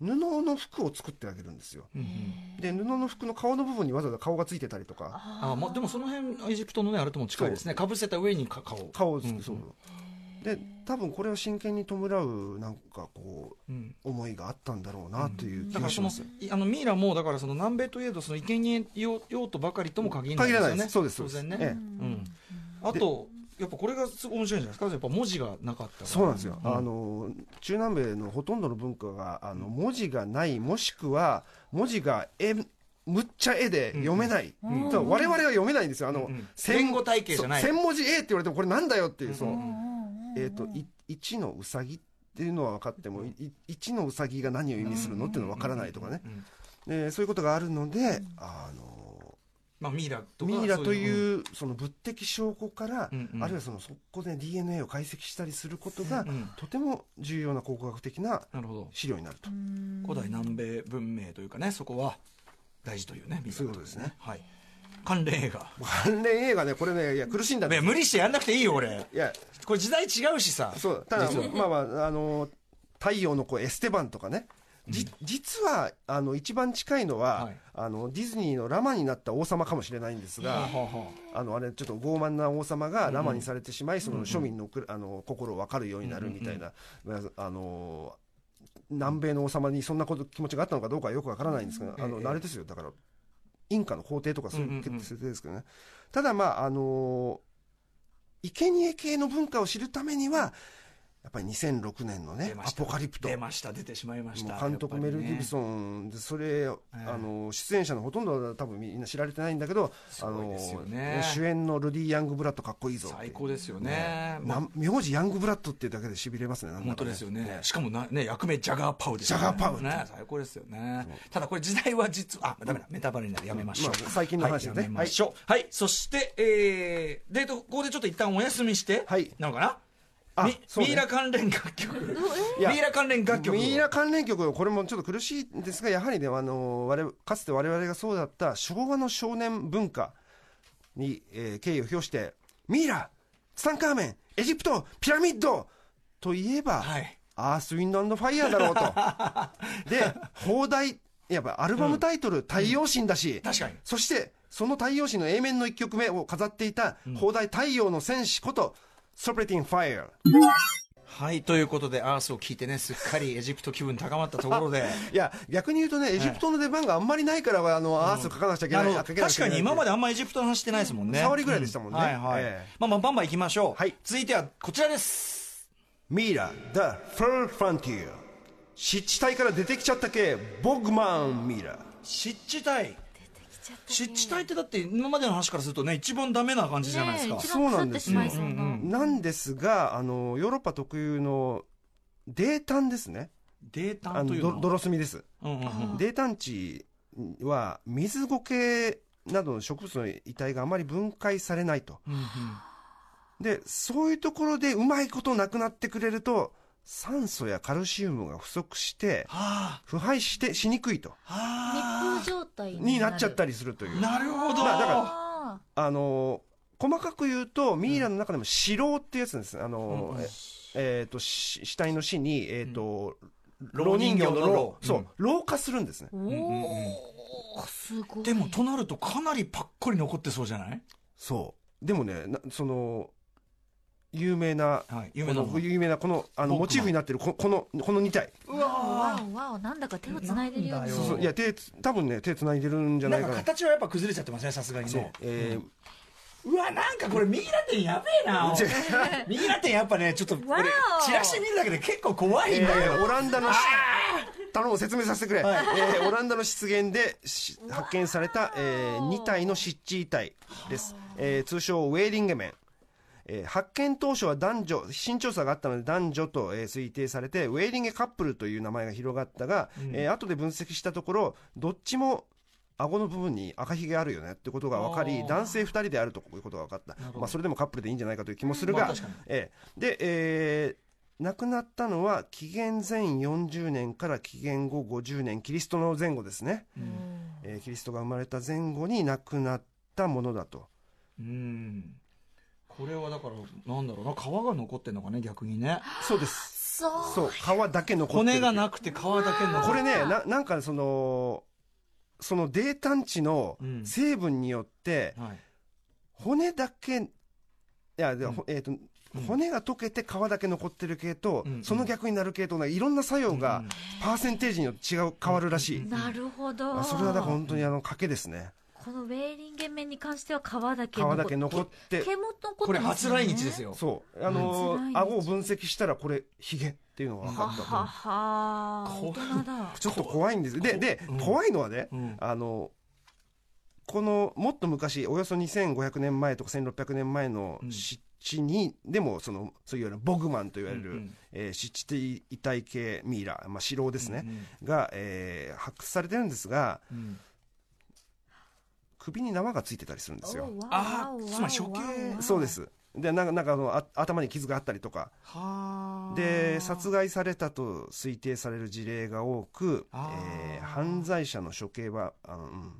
D: 布の服を作ってあげるんですよ
B: え
D: で布の服の顔の部分にわざわざ顔がついてたりとか
B: あまあでもその辺エジプトのねあれとも近いですねかぶせた上にか顔
D: 顔をつ
B: う
D: く、
B: ん
D: そうで多分これを真剣に弔うなんかこう
B: うん
D: 思いがあったんだろうなという
B: だ
D: 気
B: か
D: が
B: ら
D: し
B: そ
D: ま
B: の
D: す、
B: いあのミイラもだからその南米といえどその生贄用用途ばかりとも限らない
D: 限
B: ですよ
D: らない
B: ね。
D: ですそうです
B: 当然ね。
D: ええ
B: うん。あとやっぱこれがすごい面白いんじゃないですか。やっぱ文字がなかったから。
D: そうなんですよ、
B: うん
D: あの中南米のほとんどの文化があの文字がないもしくは文字が絵むっちゃ絵で読めない、
B: うん
D: だから我々は読めないんですよあの、
B: うん
D: 千
B: 言語体系じゃない
D: そう千文字絵って言われてもこれなんだよっていう、そ
B: うん
D: のえっ、とい一のうさぎっていうのは分かっても、いい一のうさぎが何を意味するのっていうのは分からないとかね、
B: うん
D: でそういうことがあるので、あの
B: まあミイラとか
D: ミイラと
B: う
D: いうその物的証拠から、
B: うんうん
D: あるいはそのそこで DNA を解析したりすることが、
B: うん うん
D: とても重要な考古学的な
B: なるほど。
D: 資料になると、
B: 古代南米文明というかねそこは大事というね。ミイラ
D: そういうことですね。
B: はい。関連映画。
D: 関連映画ねこれねいや苦しいんだ
B: ね
D: ね
B: 無理してやんなくていいよ俺。
D: いや
B: これ時代違うしさ。
D: そうただ
B: 実は
D: まあまああの太陽の子エステバンとかねじ実はあの一番近いのは、
B: はい
D: あのディズニーのラマになった王様かもしれないんですが、
B: はあはあ
D: あのあれちょっと傲慢な王様がラマにされてしまい、その庶民のくるあの心を分かるようになるみたいな、あの南米の王様にそんなこと気持ちがあったのかどうかはよくわからないんですけど、
B: ええ
D: あの
B: ええ
D: あれですよだからインカの皇帝とかそう
B: うん
D: いう
B: うんうん
D: 設定ですけどね、ただまああの生贄系の文化を知るためにはやっやっぱり2006年のね
B: 出、ま
D: ア
B: した
D: ポカリプト。
B: 出ました出てしまいました
D: もう監督
B: やっ
D: メ
B: ぱり
D: ル・
B: ね
D: ギブソンでそれ、あの出演者のほとんどは多分みんな知られてないんだけどあ
B: ごい
D: の
B: ですよね
D: 主演のルディ・ヤングブラッドかっこいいぞって
B: 最高ですよねまあ
D: な名字ヤングブラッドっていうだけでしびれますねなんだか
B: 本当ですよねしかもな、ね、役名ジャガーパウですよね
D: ジャガーパウ
B: ね最高ですよねただこれ時代は実はあダメだメタバレになるやめましょう、
D: まあ最近の話だね
B: はい、やめましょうはい、そしてえー、でここでちょっと一旦お休みして、
D: はい
B: なのかな
D: あ
B: み
D: そうね
B: ミイラ関連楽曲
D: い
B: ミイ
D: や
B: ラ関連楽曲を
D: ミイラ関連曲これもちょっと苦しいんですがやはりねあの我々かつて我々がそうだった昭和の少年文化に、えー敬意を表してミイラツタンカーメンエジプトピラミッドといえば、
B: はい
D: アースウィンドアンドファイヤーだろう とで放題やっぱアルバムタイトル「太陽神」だし、
B: 確かに
D: そしてその太陽神の A 面の1曲目を飾っていた放題「太陽の戦士」こと「ソプレティン・ファイヤー」
B: はいということでアースを聞いてねすっかりエジプト気分高まったとこ ろで
D: いや逆に言うとねエジプトの出番があんまりないからあのアースを書かなくちゃいけ
B: な
D: ない
B: る
D: あ
B: ほど
D: 書けなく
B: 確
D: ちゃ
B: か
D: いけない
B: に今まであんまりエジプトの話してないですもんね
D: 触りぐらいでしたもんね
B: はいはい、
D: ええ
B: まあまあバンバン行きましょう、
D: はい
B: 続いてはこちらです
D: ミイラ The Third Frontier 湿地帯から出てきちゃった系ボグマンミイラ
B: 湿地帯湿地帯ってだって今までの話からするとね一番ダメな感じじゃないですか、
C: ねえ一
D: そう
C: 番
D: な
C: 腐っ
D: んで
C: て
D: す
C: し
D: よ
C: まいそうな
D: なんですがあのヨーロッパ特有の泥炭ですね
B: データ
D: あ
B: という
D: の
B: の
D: ど泥炭です
B: うんうんうん
D: 泥炭地は水苔などの植物の遺体があまり分解されないと
B: うんうん
D: でそういうところでうまいことなくなってくれると酸素やカルシウムが不足して
B: はあ
D: 腐敗してしにくいと
C: 密
B: は
C: 封状態
D: になっちゃった
C: り
D: りするとい
B: あ
D: う
B: なるほど、
D: まあだから
C: あ
D: あの細かく言うとミイラの中でも「死老」ってやつなんですあの、
B: うんうん
D: ええーとし死体の死に、えーと
B: 老人形の老
D: そううん老化するんですね
C: ーおおすごい
B: でもとなるとかなりパッコリ残ってそうじゃない、
D: そうでもねなその有名な
B: はい、
D: 有
B: 夢の
D: 有名なこのあの
B: 僕も
D: モチーフになってるここのこの2体
B: う
C: わおわおなんだか手をつないでるよう
B: なんだよ
C: に
D: そうそういや手つ多分ね手つないでるんじゃ
B: なん
D: ないか
B: か
D: な
B: 形はやっぱ崩れちゃってますねさすがにね
D: えー
B: うわなんかこれミイラ店やべえな
D: 違う
B: ミイラ店やっぱねちょっと
C: わ
B: 俺
C: お
B: チラシ見るだけで結構怖い
D: え
B: んだけど、
D: ーオランダのし頼む説明させてくれ、
B: はい
D: えーオランダの湿原でし発見された、え2体の湿地遺体です、えー通称ウェーリンゲメン、えー発見当初は男女身長差があったので男女と、えー推定されてウェーリンゲカップルという名前が広がったが、えー後で分析したところどっちも顎の部分に赤ひげあるよねってことが分かり
B: あー
D: 男性2人であるということが分かった
B: るほど
D: まあ、それでもカップルでいいんじゃないかという気もするが、
B: まあ確かに
D: ええで、えー亡くなったのは紀元前40年から紀元後50年キリストの前後ですね、えーキリストが生まれた前後に亡くなったものだと
B: うんこれはだからなんだろうな皮が残ってんのかね逆にね
D: そうです
C: そう
D: そう皮だけ残ってる
B: 骨がなくて皮だけ残って
D: これねななんかそのその泥炭地の
B: うん
D: 成分によって
B: はい、
D: 骨だけいやで
B: うん
D: ほえーと骨が溶けて皮だけ残ってる系と、
B: うん
D: その逆になる系とねいろんな作用が、パーセンテージによって違う変わるらしい、
C: なるほど
D: あそれはだから本当にあの賭けですね
C: このウェーリンゲン面に関しては皮だけ
D: 皮だけ残って
C: 毛も残って
B: これ初来日です
C: よ
B: よ
D: そうあの
C: うん
D: 顎を分析したらこれヒゲっていうのが分か
C: は
D: った
C: はは
B: こ
C: 大人だ
D: ちょっと怖いんですでで、
B: うん
D: 怖いのはね、
B: うん
D: あのこのもっと昔およそ2500年前とか1600年前の
B: うん
D: 湿地に、でもそのそういうようなボグマンといわれる、
B: うんうん
D: えー湿地遺体系ミイラ、まあ、シロウですね、
B: うん
D: が、えー発掘されてるんですが
B: うん
D: 首に縄がついてたりするんですよ。
C: おわ
B: あ
C: わ
B: ー
C: わ
B: つまり処
C: わ
B: 刑
D: そうです。で、なんか、なんかあのあ頭に傷があったりとか。
B: はあ
D: で、殺害されたと推定される事例が多く、
B: あー
D: えー犯罪者の処刑は、あの、うん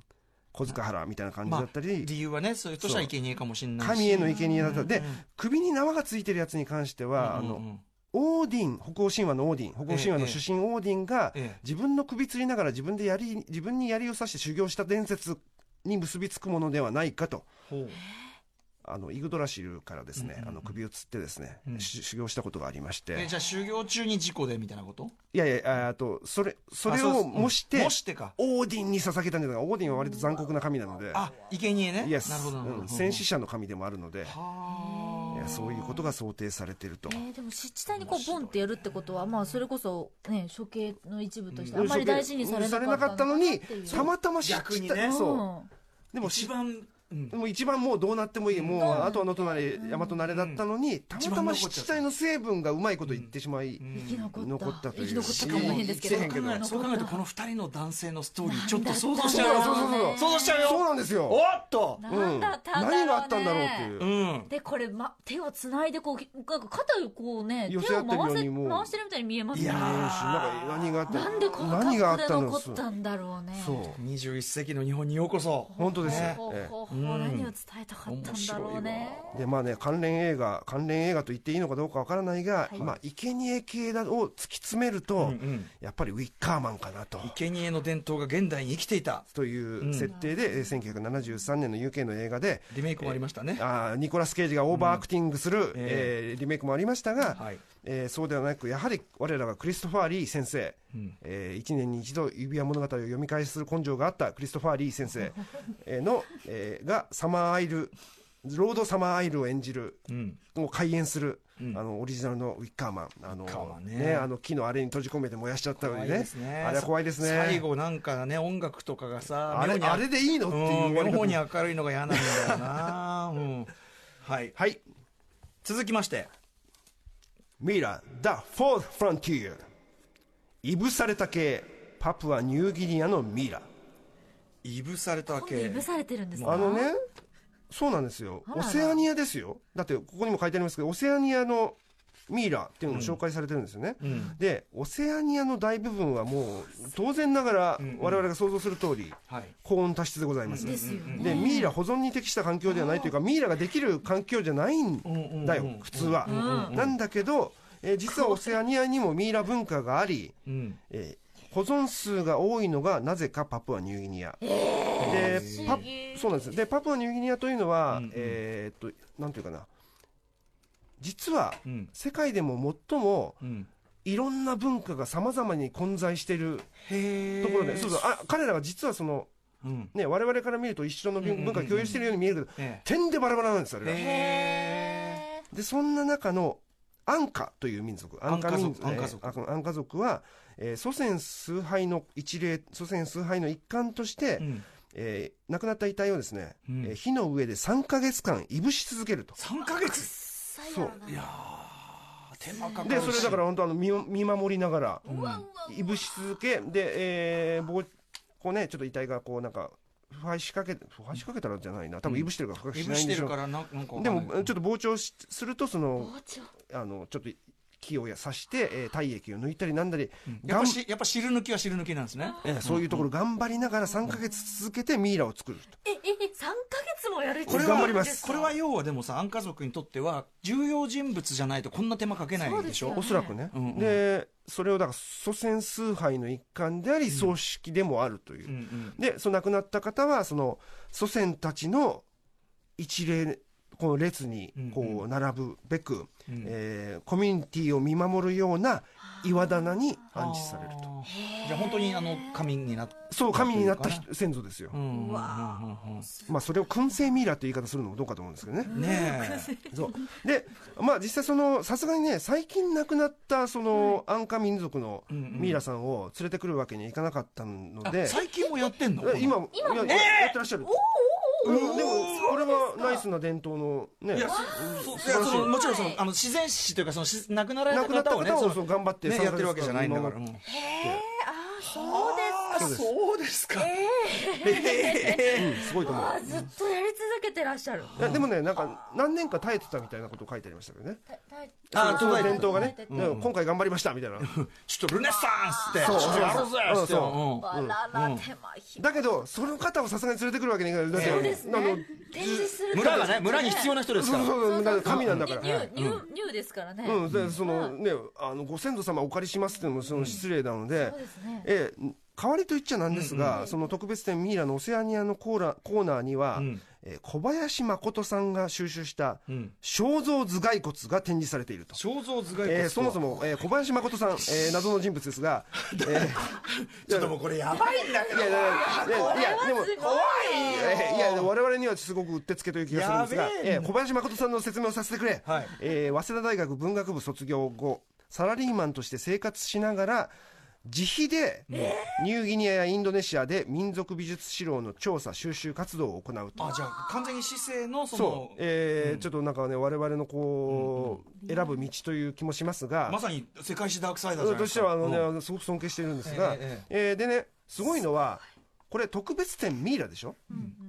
D: 小塚原みたいな感じ
B: ま
D: だ
B: あ
D: ったり、
B: 理由はねそういうとしは生贄かもしれないし
D: 神への生贄だったり。で、首に縄がついてるやつに関しては、
B: うんうんう
D: あの、
B: ん
D: オーディン、北欧神話のオーディン、北欧神話の主神オーディンが、
B: ええ
D: 自分の首吊りながら自分で槍、自分に槍を刺して修行した伝説に結びつくものではないかと。
B: ほう
D: あのイグドラシルからです
B: う
D: ね、
B: んうんうん
D: あの首をつってですね、
B: うん
D: し修行したことがありまして、
B: えじゃあ修行中に事故でみたいなこと
D: いやいやああとそれそれ
B: あう
D: を
B: うん
D: 模して、
B: 模してか
D: オーディンに捧げたんじゃないかオーディンは割と残酷な神なので
B: あ生贄ね
D: イエス
B: なるほどなるほ
D: うん
B: ど
D: 戦死者の神でもあるので、
B: はあ
D: えーそういうことが想定されていると
C: え。ーでも湿地帯にこうボンってやるってことは、まあ、それこそ、ね、処刑の一部としてあんまり大事にされなかったの
D: のに
C: っていう、
D: たまたま知っ
B: 逆にね
D: そうう。
C: ん
D: でも
B: 一
D: し、
B: 番、うん
D: でも一番もうどうなってもいい、もうあとは野となれ、山となれだったのに、たまたま湿地帯の成分がうまいこと言ってしまい、
B: ん
C: 生き残った
D: 残ったという
C: 生き残ったかも変ですけど
D: 生きてへんけど
B: そう考えるとこの二人の男性のストーリーちょっと想像し
D: そ
B: ち
D: う
B: ゃうよ
D: そうそうそう。
B: 想像しちゃうよ
D: そうなんですよ
B: お。っと
C: なんだったんだろう、ね
D: 何があったんだろうっていう。
B: うん
C: でこれ、ま、手をつないでこうなんか肩をこうね手
D: 寄
C: を
D: せ合ってるよう
C: 回せ
D: にもう
C: 回してるみたいに見えます
B: い
C: ね
B: やー
D: なんか何があった
C: なんでこの
D: 何があ
C: 格
D: っ
C: 好で
D: たの
C: 残ったんだろうね
D: そう
B: 21世紀の日本にようこそ
D: 本当ですよ
B: ね
C: ほう
D: え
C: ほうほ
B: え
C: う
B: え
C: 何を伝えたかったんだろうね
B: 面白いわ
D: でまあね関連映画関連映画と言っていいのかどうかわからないが、
C: はい
D: まあ生贄系だを突き詰めると、
B: うんうん
D: やっぱりウィッカーマンかなと。
B: 生贄の伝統が現代に生きていた
D: と
B: う
D: い
B: ん
D: う設定で、えー1973年の UK の映画で、
B: リメイクもありましたね、
D: あーニコラス・ケイジがオーバーアクティングする、
B: え
D: えーリメイクもありましたが、
B: はい
D: えーそうではなくやはり我らがクリストファー・リー先生、
B: うん
D: え1年に一度指輪物語を読み返しする根性があったクリストファー・リー先 生えーの、えーがサマーアイルロード・サマーアイルを演じる
B: うん、
D: を開演する、
B: うん
D: あのオリジナルのウィッカーマンあの
B: ウィッカーマンね
D: あの木のあれに閉じ込めて燃やしちゃったの
B: 怖い
D: に
B: で
D: ね
B: すね
D: あれは怖いですね
B: 最後なんかね音楽とかがさ
D: あれ
B: 妙に
D: あれでいいのっていううん
B: 妙方に明るいのが嫌なんだよ な、うん、はい
D: はい
B: 続きまして
D: ミイラ The Fourth Frontier いぶされた系パプアニューギニアのミイラ
B: いぶされた
C: 今度い
B: 系
C: ぶされてるんですか
D: あのね、そうなんですよ
C: あ。ら
D: オ
C: ら
D: セアニアですよ。だって、ここにも書いてありますけど、オセアニアのミイラっていうのも紹介されてるんですよね。
B: うん
D: で、オセアニアの大部分はもう、当然ながら
B: んうん、
D: 我々が想像する通り、
B: はい
D: 高温多湿でございます。
C: ですよね
D: で、ミイラ保存に適した環境ではないというか、ミイラができる環境じゃないんだ
B: うんうん
D: よ
B: うん、
D: 普通は。なんだけど、えー実はオセアニアにもミイラ文化があり、
B: うん
D: えー保存数が多いのがなぜかパプアニューギニア、でパそうなんですでパプアニューギニアというのは、
B: うんうん
D: えーっとなんていうかな実は
B: うん
D: 世界でも最も
B: うん
D: いろんな文化がさまざまに混在している
B: へえ
D: ところで、そうそうあ彼らが実はその、
B: うん
D: ね、我々から見ると一緒の
B: うんうんうん
D: 文化を共有しているように見えるけど、
B: え
D: 点でバラバラなんですよあれ
B: え
D: が
B: へえ
D: でそんな中のアンカという民族アンカ民族
B: ア
D: ア
B: ン
D: ン
B: カ
D: カ
B: 族
D: 族,、えーアンカ族は、えー祖先崇拝の一例祖先崇拝の一環として、
B: うん
D: えー亡くなった遺体をですね、
B: うん
D: えー火の上で3か月間いぶし続けると
B: 3ヶ月
D: そう
B: いやー手間かか
D: で
B: るし
D: それだから本当あの見見守りながら
B: うん
D: いぶし続けで、えーぼうこうねちょっと遺体がこうなんか腐敗しかけ腐敗しかけたらじゃないな多分いぶしてるから腐敗
B: い
D: し
B: ぶ
D: ない
B: し
D: んで
B: て
D: し
B: る
D: ょう
B: からななんかわかん
D: で
B: ない
D: もちょっと膨張しするとその
C: 包丁
D: あのちょっと木を刺して、えー体液を抜いたりなんだり、
B: やっ
D: が
B: ぱ
D: ん
B: しやっぱ汁抜きは汁抜きなんですね
D: えーそういうところ頑張りながら3か月続けてミイラを作ると
C: えええ三ヶ月もやるって
D: これは頑張ります
B: これは要はでもさアン家族にとっては重要人物じゃないとこんな手間かけないでし
C: そう
B: ょ
D: おそらくね、
B: うんうん
D: でそれをだから祖先崇拝の一環であり葬式でもあるという、
B: うんうん
D: でその亡くなった方はその祖先たちの一例この列に
B: うん
D: こ
B: う
D: う並ぶべく、
B: うん
D: えーコミュニティを見守るような岩棚に安置されると
B: あーじゃあ本当にあの神になっ
D: そう神になった
B: という
D: 人先祖ですよ、
B: うん
C: うわ
B: うんうんうん
D: まあ、それを燻製ミイラという言い方するのもどうかと思うんですけどね。
B: うんねえ
D: そうで、まあ、実際その、さすがにね、最近亡くなったその、安価民族の
B: うんうん
D: ミイラさんを連れてくるわけにはいかなかったの
B: あ
D: で、
B: 最近もやってんの
D: え今、今ややってらっしゃる。うんでも、これはナイスな伝統のね
B: い、やそそいやそのもちろんそのあの自然死というかそのし亡くなられ
D: 亡
B: た
D: くなった
B: 方をね
D: 方を
B: そ
D: そう
B: の
D: 頑張って、
B: ね
D: 参加
B: やってるわけじゃないんだから
D: です
B: うん
C: そう
B: あ
D: そうで
B: そうです
D: す
B: か
D: うんすごいと思う。
C: ですずっとやり続けてらっしゃる
D: いやでもね、なんか、何年か耐えてたみたいなこと書いてありましたけどね。
B: あ
D: そ
B: 途
D: の
B: 絶えて
D: 伝統がね、
C: う
D: うん今回頑張りましたみたいな。
B: ちょっとルネッサンスって
D: そう
B: ちょっとやろうぜ
D: そ
B: っ
D: う
B: て
D: そ
B: う
D: う
B: ん
C: あらら手間暇
D: だけど、その方をさすがに連れてくるわけにいかない。だって
B: そう
C: ですね
D: あの
C: 展示する
B: 村がね村に必要な人ですか
D: そう
B: ら
D: そうそう、だから神なんだから
C: ニ。ューニューニューですからね
D: うん、でそのね、あのご先祖様お借りしますっていうのもその失礼なので、
C: そうですね
D: ええ代わりと言っちゃなんですが、その特別展ミイラのオセアニアのコーラコーナーには、
B: うん
D: えー小林誠さんが収集した
B: うん
D: 肖像頭蓋骨が展示されていると。
B: 肖像頭蓋骨とは
D: えーそもそも、えー小林誠さん、えー謎の人物です が、えー
B: ちょっともうこれやばいんだけど
D: いやいやいやいやでも
B: 怖
D: えーい
B: い
D: や
B: よ
D: 我々にはすごくうってつけという気がするん
B: や、
D: ですが
B: べえ
D: えー小林誠さんの説明をさせてくれ、
B: はい
D: えー早稲田大学文学部卒業後サラリーマンとして生活しながら自費でニューギニアやインドネシアで民族美術資料の調査収集活動を行うと
B: あじゃあ完全に姿勢のそ
D: そ
B: の
D: う、えーちょっとなんかね我々のこう、選ぶ道という気もしますが、
B: まさに世界史ダークサイダーじゃない
D: と
B: で
D: し
B: す
D: て
B: か
D: はあの、ね
B: うん
D: あのすごく尊敬してるんですが、
B: ええ
D: えーでねすごいのはこれ特別展ミイラでしょ、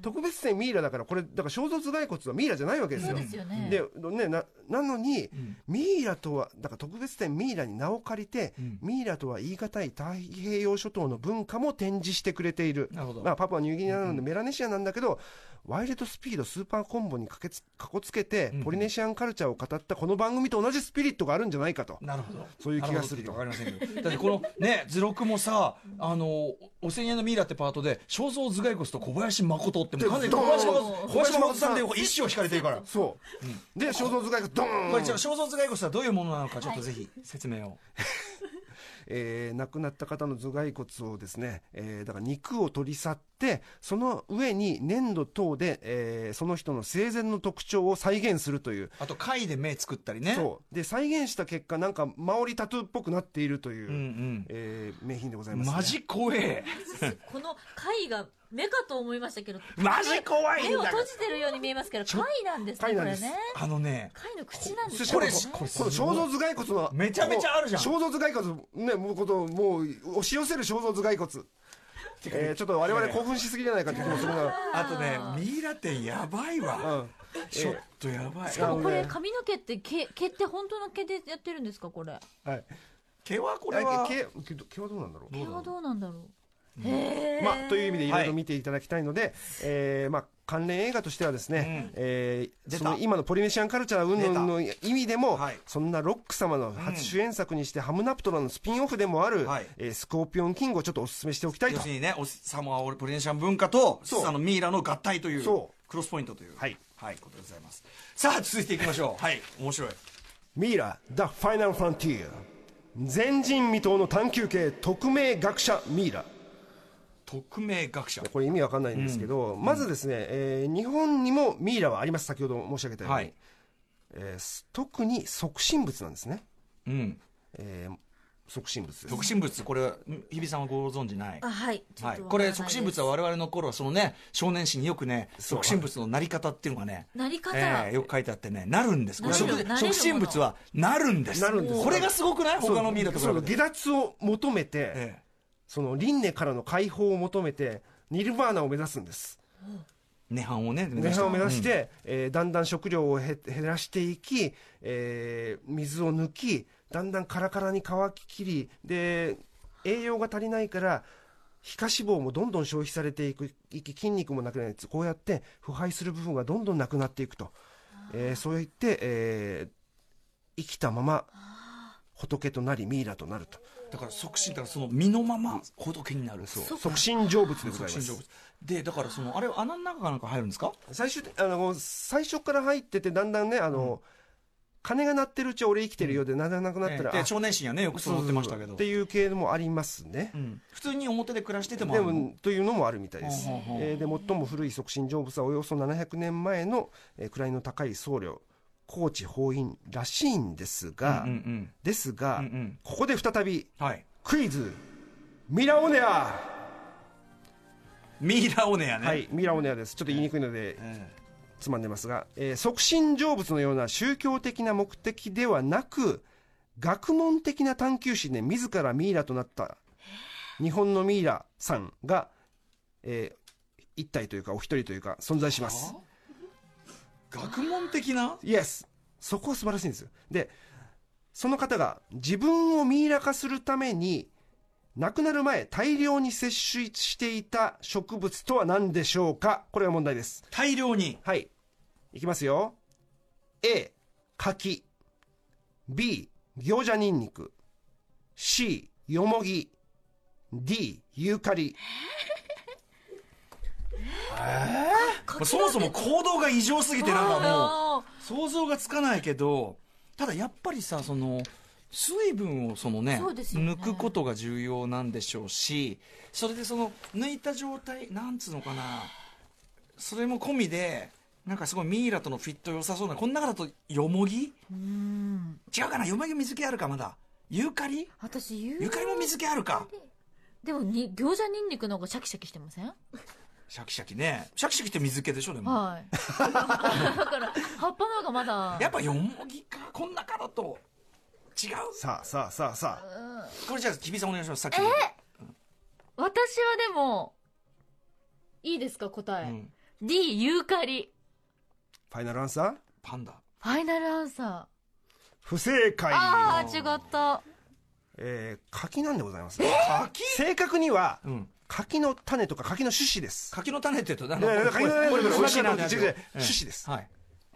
D: 特別展ミイラだからこれだから肖像頭蓋骨はミイラじゃないわけです
A: そう
D: よ
A: ですよね。
D: でね、ななのに、ミイラとはだから特別展ミイラに名を借りて、
B: うん
D: ミイラとは言い難い太平洋諸島の文化も展示してくれている
B: なるほど
D: まあ、パパはニューギニアなのでメラネシアなんだけど、ワイルドスピードスーパーコンボにかけつかこつけて、ポリネシアンカルチャーを語ったこの番組と同じスピリットがあるんじゃないかと。
B: なるほど
D: そういう気がすると
B: わかりませんけどだってこのね図録もさあのオセニアのミイラってパートで肖像頭蓋骨と小林誠ってもう完全に小林誠
D: どう
B: 小林誠さんで一生引かれてるから
D: そう、で肖像頭蓋がドーン
B: これじゃあ肖像頭蓋骨とはどういうものなのかちょっとぜひ説明を
D: えー亡くなった方の頭蓋骨をですね、えーだから肉を取り去ってその上に粘土等で、えーその人の生前の特徴を再現するという
B: あと貝で目作ったりね
D: そうで再現した結果なんかマオリタトゥーっぽくなっているという、
B: うんうん
D: えー名品でございます、ね、
B: マジ怖 え
C: この貝が目かと思いましたけど
B: マジ怖いんだけ
C: 目
B: ど
C: を閉じてるように見えますけど貝なんですね
D: 貝
C: こ
D: なん
C: れ
D: です
C: ね
B: あのね
C: 貝の口なんです
D: そ
C: ね
D: してこ
B: こ
D: れ
B: れ
D: この肖像頭蓋骨の
B: めちゃめちゃあるじゃん
D: この肖像頭蓋骨ねもうこともう押し寄せる肖像頭蓋骨えーちょっと我々興奮しすぎじゃないかって気もするな、
B: あとねミイラ店やばいわ
D: うん、
B: ちょっとやばい
D: しかも
C: これ髪の毛って毛毛って本当の毛でやってるんですかこれ
D: はい
B: 毛はこ
D: こ
B: れは
D: 毛毛毛はどうなんだろう
C: 毛はどうなんだろうへえ
D: まあ、という意味でいろいろ見ていただきたいので、えーまあ、関連映画としてはですね、えー
B: 出た
D: その今のポリネシアンカルチャー云々の意味でも、
B: はい
D: そんなロック様の初主演作にして、ハムナプトラのスピンオフでもある、
B: はい
D: えースコーピオンキングをちょっとお勧めしておきたい
B: 要
D: と
B: するにねおサモアオルポリネシアン文化と
D: そう
B: あのミイラの合体という
D: そ
B: クロスポイントという
D: はい、
B: ことでございますさあ続いていきましょうはい面白い
D: ミイラ・ザ・ファイナル・フロンティア前人未到の探求系特命学者ミイラ
B: 匿名学者
D: これ意味わかんないんですけど、まずですね、えー日本にもミイラはあります先ほど申し上げたように、
B: はい
D: えーす特に促進物なんですね
B: うん
D: えー促進物です
B: 促進物これん日比さんはご存知ない
C: あはいちょっ
B: はい、
C: とわ
B: こ
C: か
B: れ
C: らないです
B: 促進物は我々の頃はそのね少年誌によくね
D: そう
B: 促進物のなり方っていうのがね
C: なり方
B: えーよく書いてあってねなるんですこれ
C: な
B: 促
C: るなれるもの
B: 促進物はなるんです
D: なるんです
B: これがすごくない他のミイラと比
D: そう
B: べ
D: 下
B: て、
D: 脱を求めて、
B: え
D: その輪廻からの解放を求めてニルバーナを目指すんです
B: え涅槃をね
D: 涅槃を目指し
B: うん
D: て、えーだんだん食料をへ減らしていき、えー水を抜きだんだんカラカラに乾ききりで栄養が足りないから皮下脂肪もどんどん消費されていくいき筋肉もなくなるこうやって腐敗する部分がどんどんなくなっていくと、えーそう言って、えー生きたまま仏となりミイラとなると
B: だから促進だからその身のまま仏になるそう
D: 促進成仏でございま
B: 促進成
D: す
B: 仏でだからそのあれは穴の中かなんか入るんですか
D: 最終的あの最初から入っててだんだんねあの、鐘が鳴ってるうちは俺生きてるようで、鳴らなくなったら、
B: ええ
D: あ
B: で少年誌にはねよくそう思ってましたけど
D: っていう系のもありますね、
B: うん普通に表で暮らしててもあ
D: で
B: るの
D: もというのもあるみたいです、
B: ほうほうほう
D: えーで最も古い促進成仏はおよそ700年前の、えー位の高い僧侶高知法院らしいんですが、
B: うんうん
D: ですが、
B: うんうん
D: ここで再び
B: はい
D: クイズミラオネア
B: ミイラオネアね、
D: はい、ミラオネアです。ちょっと言いにくいので、
B: え
D: つまんでますが、えー促進成仏のような宗教的な目的ではなく、学問的な探求心で自らミイラとなった、日本のミイラさんが、えー一体というか、お一人というか、存在します。
B: 学問的な
D: イエスそこは素晴らしいんですよ。で、その方が自分をミイラ化するために、亡くなる前、大量に摂取していた植物とは何でしょうかこれが問題です。
B: 大量に
D: はい。いきますよ。A、柿。B、餃子ニンニク。C、よもぎ。 D ユーカリ
B: まあそもそも行動が異常すぎてなんかもう
C: あ
B: 想像がつかないけどただやっぱりさその水分をそのね
C: そうですよね
B: 抜くことが重要なんでしょうしそれでその抜いた状態なんつうのかなそれも込みでなんかすごいミイラとのフィット良さそうなこの中だとよもぎ違うかなよもぎ水気あるかまだユーカリ
C: ー私言う
B: ユーカリも水気あるか
C: でもに餃子ニンニクの方がシャキシャキしてません
B: シャキシャキねシャキシャキって水気でしょでも、
C: はい だから葉っぱの方がまだ
B: やっぱよもぎかこの中だと違う
D: さあさあさあさあ
B: これじゃあ日比さんお願いしますさっきの
C: 私はでもいいですか答え、
B: うん
C: D ユーカリ
D: ファイナルアンサー
B: パンダ
C: ファイナルアンサ
D: 不正
C: ー
D: 解
C: ああ違った
D: えー、柿なんでございます
B: 柿
D: 正確には
B: うん。
D: 柿の種とか柿の種子です
B: 柿の種って言うと、なん
D: いやいや柿の種
B: これ
D: とか
B: これ
D: 種子
B: これ
D: とか違う違
B: え
D: う
B: え
D: 種子です
B: はい。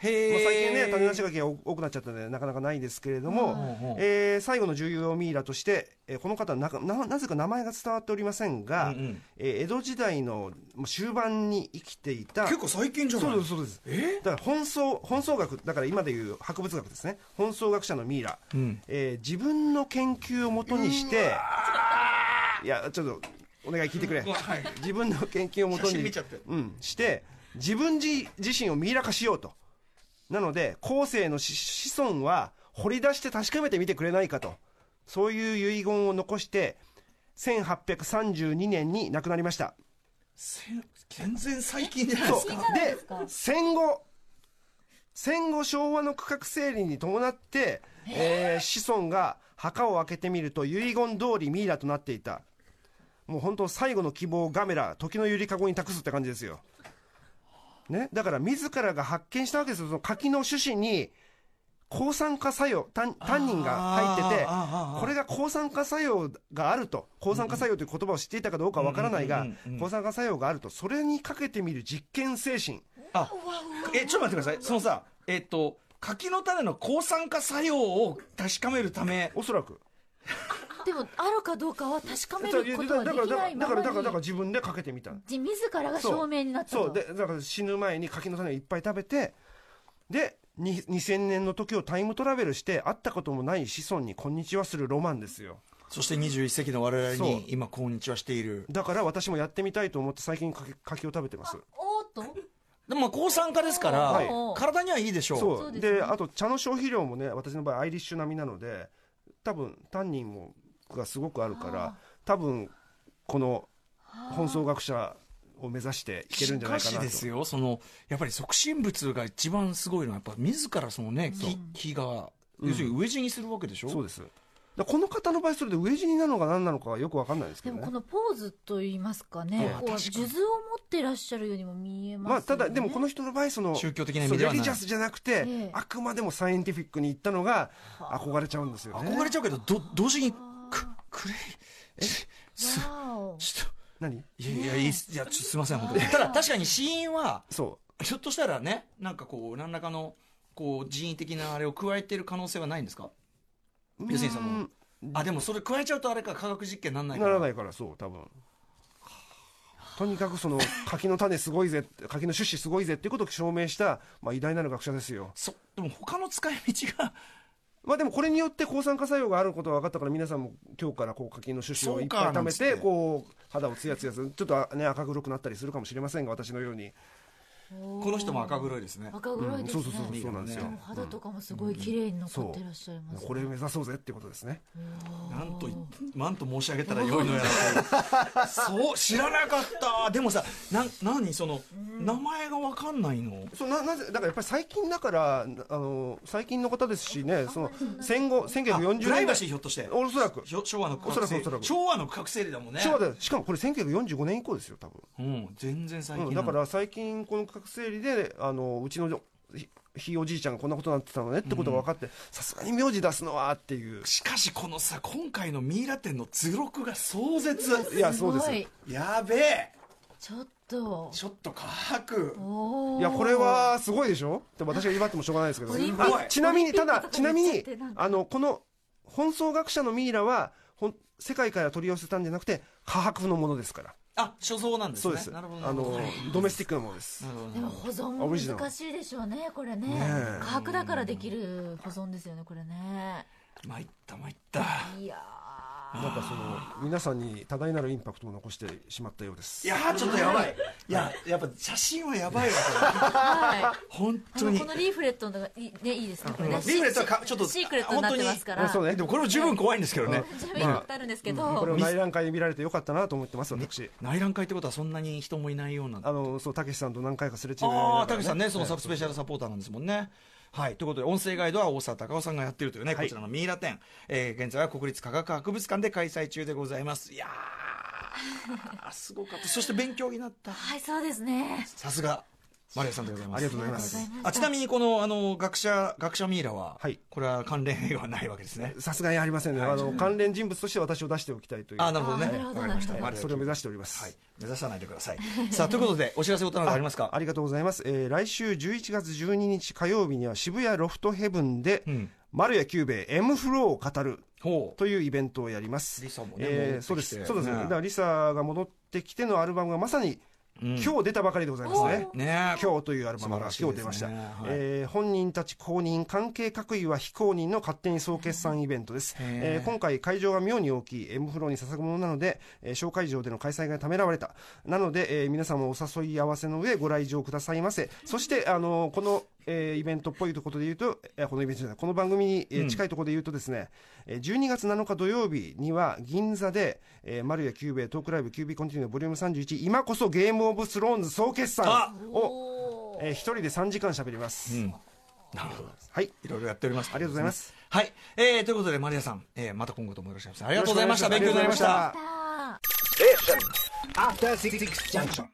D: もう最
B: へ
D: 近ね、種なし
B: が。
D: 柿が多くなっちゃったので、なかなかないですけれども、
B: うんうん
D: えー最後の重要ミイラとして、えーこの方なかな、なぜか名前が伝わっておりませんが、
B: うんうん
D: えー江戸時代のもう終盤に生きていた、
B: 結構最近じゃない
D: そうです、そうです。
B: え
D: だから本草、本草学、だから今でいう博物学ですね、本草学者のミイラ、
B: ん
D: えー自分の研究をもとにして、いや、ちょっと、お願い聞いてくれ。
B: はい。
D: 自分の研究をもと
B: 写真
D: に
B: 見ちゃって、
D: うん、して自分自自身をミイラ化しようとなので後世の子子孫は掘り出して確かめてみてくれないかとそういう遺言を残して1832年に亡くなりました
B: せん全然最近じゃないで
D: そ
B: す
D: う
B: か。
D: で戦後戦後昭和の区画整理に伴って、えー子孫が墓を開けてみると遺言通りミイラとなっていたもう本当最後の希望をガメラ時のゆりかごに託すって感じですよ、ね、だから自らが発見したわけですよその柿の種子に抗酸化作用タンタンニンが入ってて
B: あーあーあー
D: これが抗酸化作用があると抗酸化作用という言葉を知っていたかどうかわからない
B: うん
D: が
B: うんうんうん
D: 抗酸化作用があるとそれにかけてみる実験精神
B: あ、え、ちょっと待ってください。そのさ、えっと、柿の種の抗酸化作用を確かめるため、
D: おそらく
C: でもあるかどうかは確かめることは
D: だ
C: で
D: か
C: き
D: らだか
C: な
D: ら
C: い
D: だ
C: ま
D: からだからだか
C: ま
D: らだから
C: に
D: 自分でかけてみた
C: じ自らが
D: そう
C: 証明になった
D: そう
C: と
D: でだから死ぬ前に柿の種いっぱい食べてでに2000年の時をタイムトラベルして会ったこともない子孫に「こんにちは」するロマンですよ
B: そして21世紀の我々
D: そう
B: に今、こんにちはしている。
D: だから私もやってみたいと思って最近柿柿を食べてます
C: おーっと
B: でもまあ、抗酸化ですか
D: は
B: ら
D: い、
B: 体にはいいでしょう。
D: そう
C: そう
D: で,、
C: ですね
D: あと茶の消費量もね私の場合アイリッシュ並みなので多分タンニンもがすごくあるから多分この本草学者を目指していけるんじゃないか
B: し
D: なと
B: かしですよ、その、やっぱり促進物が一番すごいのは、やっぱ自らそのね、木木が、要するに植え地にするわけでしょ、
D: そうですだこの方の場合それで植え死になのか何なのかはよくわかんないですけ
C: で
D: ど
C: もこ
D: ね
C: のポーズといいますかね、
B: あ
C: こう
B: 確かに
C: 数珠を持ってらっしゃるようにも見えます、ね、
D: まあただでもこの人の場合その
B: 宗教的な意
D: そ
B: 味
D: う
B: で
D: レ
B: はない
D: リジャスじゃなく
C: え
D: て、
C: え
D: あくまでもサイエンティフィックに行ったのが憧れちゃうんですよね
B: 憧れちゃうけど、ど、同時に、く、くれい、え、す、
C: わお
B: ちょっ
D: 何
B: と、いやいや、いいっす、いや、ちょすいません、本当に。ただ、確かに死因は、
D: そ
B: ひょっとしたらね、なんかこう、何らかの、こう、人為的なあれを加えてる可能性はないんですか
D: う
B: 要するにそうの
D: ん、
B: あ、でもそれ加えちゃうとあれか、科学実験なんないか。
D: ならないいからそう多分とにかくその柿の種すごいぜ柿の種子すごいぜっていうことを証明した、まあ、偉大なる学者ですよ
B: そ、でも他の使い道が、
D: まあでもこれによって抗酸化作用があることが分かったから皆さんも今日からこう柿の種子をいっぱい
B: そうか
D: 食
B: なん
D: べ
B: つって
D: てこう肌をツヤツヤするちょっとあね赤黒くなったりするかもしれませんが私のように、
B: この人も赤黒いですね。
C: 赤
D: う
C: 黒い
D: ん
C: です
D: そ
C: ね、
D: うそうそうそうなんですよ
C: お肌とかもすごい綺麗に残ってらっしゃいます、
D: これを目指そうぜっていうことですね
B: なんとい、なんと申し上げたらよいのやらと。そう、知らなか った。でもさ、なん、なにその、名前がわかんないの
D: そうななぜだからやっぱり最近だからなあの最近の方ですしねその戦後
B: あ
D: 1940
B: プライバ
D: 年代
B: シーひょっとして。
D: おそらく
B: ひょ昭和の区
D: おそ
B: 画
D: ら
B: 整
D: くおそら
B: 理。
D: く
B: 昭和の区画整理だもんね。
D: 昭和だよしかもこれ1945年以降ですよ多分
B: うん、全然最近、
D: うん、だか、ら最近この区画整理であのうちのひひいおじいちゃんがこんなことになってたのねってことが分かってさすがに名字出すのはっていう
B: しかしこのさ、今回のミイラ展の図録が壮絶。
D: いやそうです
C: ご
D: よ
C: い
B: やべえ
C: ちょっと
B: ちょっと科博。
C: おー
D: いやこれはすごいでしょでも私が威張ってもしょうがないですけど
C: オリン
B: ピック
D: あちなみにた
C: オ
D: だ
C: リンピックとか
D: ちなみ
C: 言
D: に
C: っちゃってなんか
D: あのこの本草学者のミイラはほん世界から取り寄せたんじゃなくて科博のものですから
B: あ所蔵なんです
D: そう
B: ね
D: です
B: なるほど
D: あのドメスティックのものです
B: なるほどな
C: で
B: るほ
C: も
B: ど
C: 保存難しいでしょうねこれね
D: ねえ
C: 価格だからできる保存ですよねこれね
B: 参った参った
C: いや
D: なんかその皆さんに多大なるインパクトを残してしまったようです
B: いやーちょっとやばいいややっぱ写真はやばいわこ
C: ーはい
B: れ本
C: あ
B: 当
C: の
B: に
C: このリーフレットのがいい,、ね、いいですねこれね
B: うんリーフレットはか
C: シ
B: ちょっと
C: シークレットになってますから
D: あそうね
B: でもこれも十分怖いんですけどね
C: 十分にあるんですけど、
D: これを内覧会で見られてよかったなと思ってます私
B: 内覧会ってことはそんなに人もいないような
D: あのそうたけしさんと何回かすれ違いながらね
B: ああ、たけしさんね、そのサブスペシャルサポーターなんですもんね。はい、ということで、音声ガイドは大沢たかおさんがやってるというね、こちらのミイラ展、えー現在は国立科学博物館で開催中でございます。いやー、 すごかった。そして勉強になった。
C: はいそうですね
B: さすが、マリアさんでございます。
D: ありがとうございます
C: ありがとうございま
B: あ
C: す
B: ちなみに、この、あの、学者、学者ミイラは、
D: はい
B: これは関連映画はないわけですね。
D: さすがにありませんね、あの関連人物として私を出しておきたいという
B: あーなるほどね。
C: あーなるほど
B: わかりました
C: な
B: マ
C: るほど
D: はい
B: リア
D: それを目指しております、
B: はい、目指さないでください。さあ、ということで、お知らせことなどありますか
D: ありがとうございます、えー来週11月12日火曜日には渋谷ロフトヘブンで、
B: うん
D: 丸谷久兵衛 M フローを語る
B: ほう。
D: というイベントをやります
B: リサもね戻って
D: えー
B: きて
D: そうですそうです、
B: ね
D: だからリサが戻ってきてのアルバムがまさに
B: うん
D: 今日出たばかりでございますね、
B: ね
D: 今日というアルバム
B: 素晴ら
D: が今
B: しい
D: 日
B: ですね
D: 出ました、
B: はい
D: えー本人たち公認関係各位は非公認の勝手に総決算イベントです、
B: へー
D: えー今回会場が妙に大きい M フローに捧ぐものなので、えー小会場での開催がためらわれたなので、えー皆様お誘い合わせの上ご来場くださいませそして、あのーこの、えーイベントっぽいところで言うと、えーこのイベントじゃないこの番組に、えー近いところで言うとですね、えー12月7日土曜日には銀座で、えー、マルヤキューベイトークライブキュービーコンティニューボリューム31今こそゲームオブスローンズ総決算
B: あ
D: を
C: お
D: えー、一人で3時間喋ります、
B: うんなるほど。
D: はい
B: いろいろやっております。
D: ありがとうございます。
B: はい。えー、ということで、マリアさん、えー、また今後ともよろしくお願いします。ありがとうございました。
D: よろ
B: 勉
D: し
B: 強に
D: くお
B: な
D: 願
B: り
D: い
B: ま
D: します
B: した。
E: After
C: ー
E: Six Junction.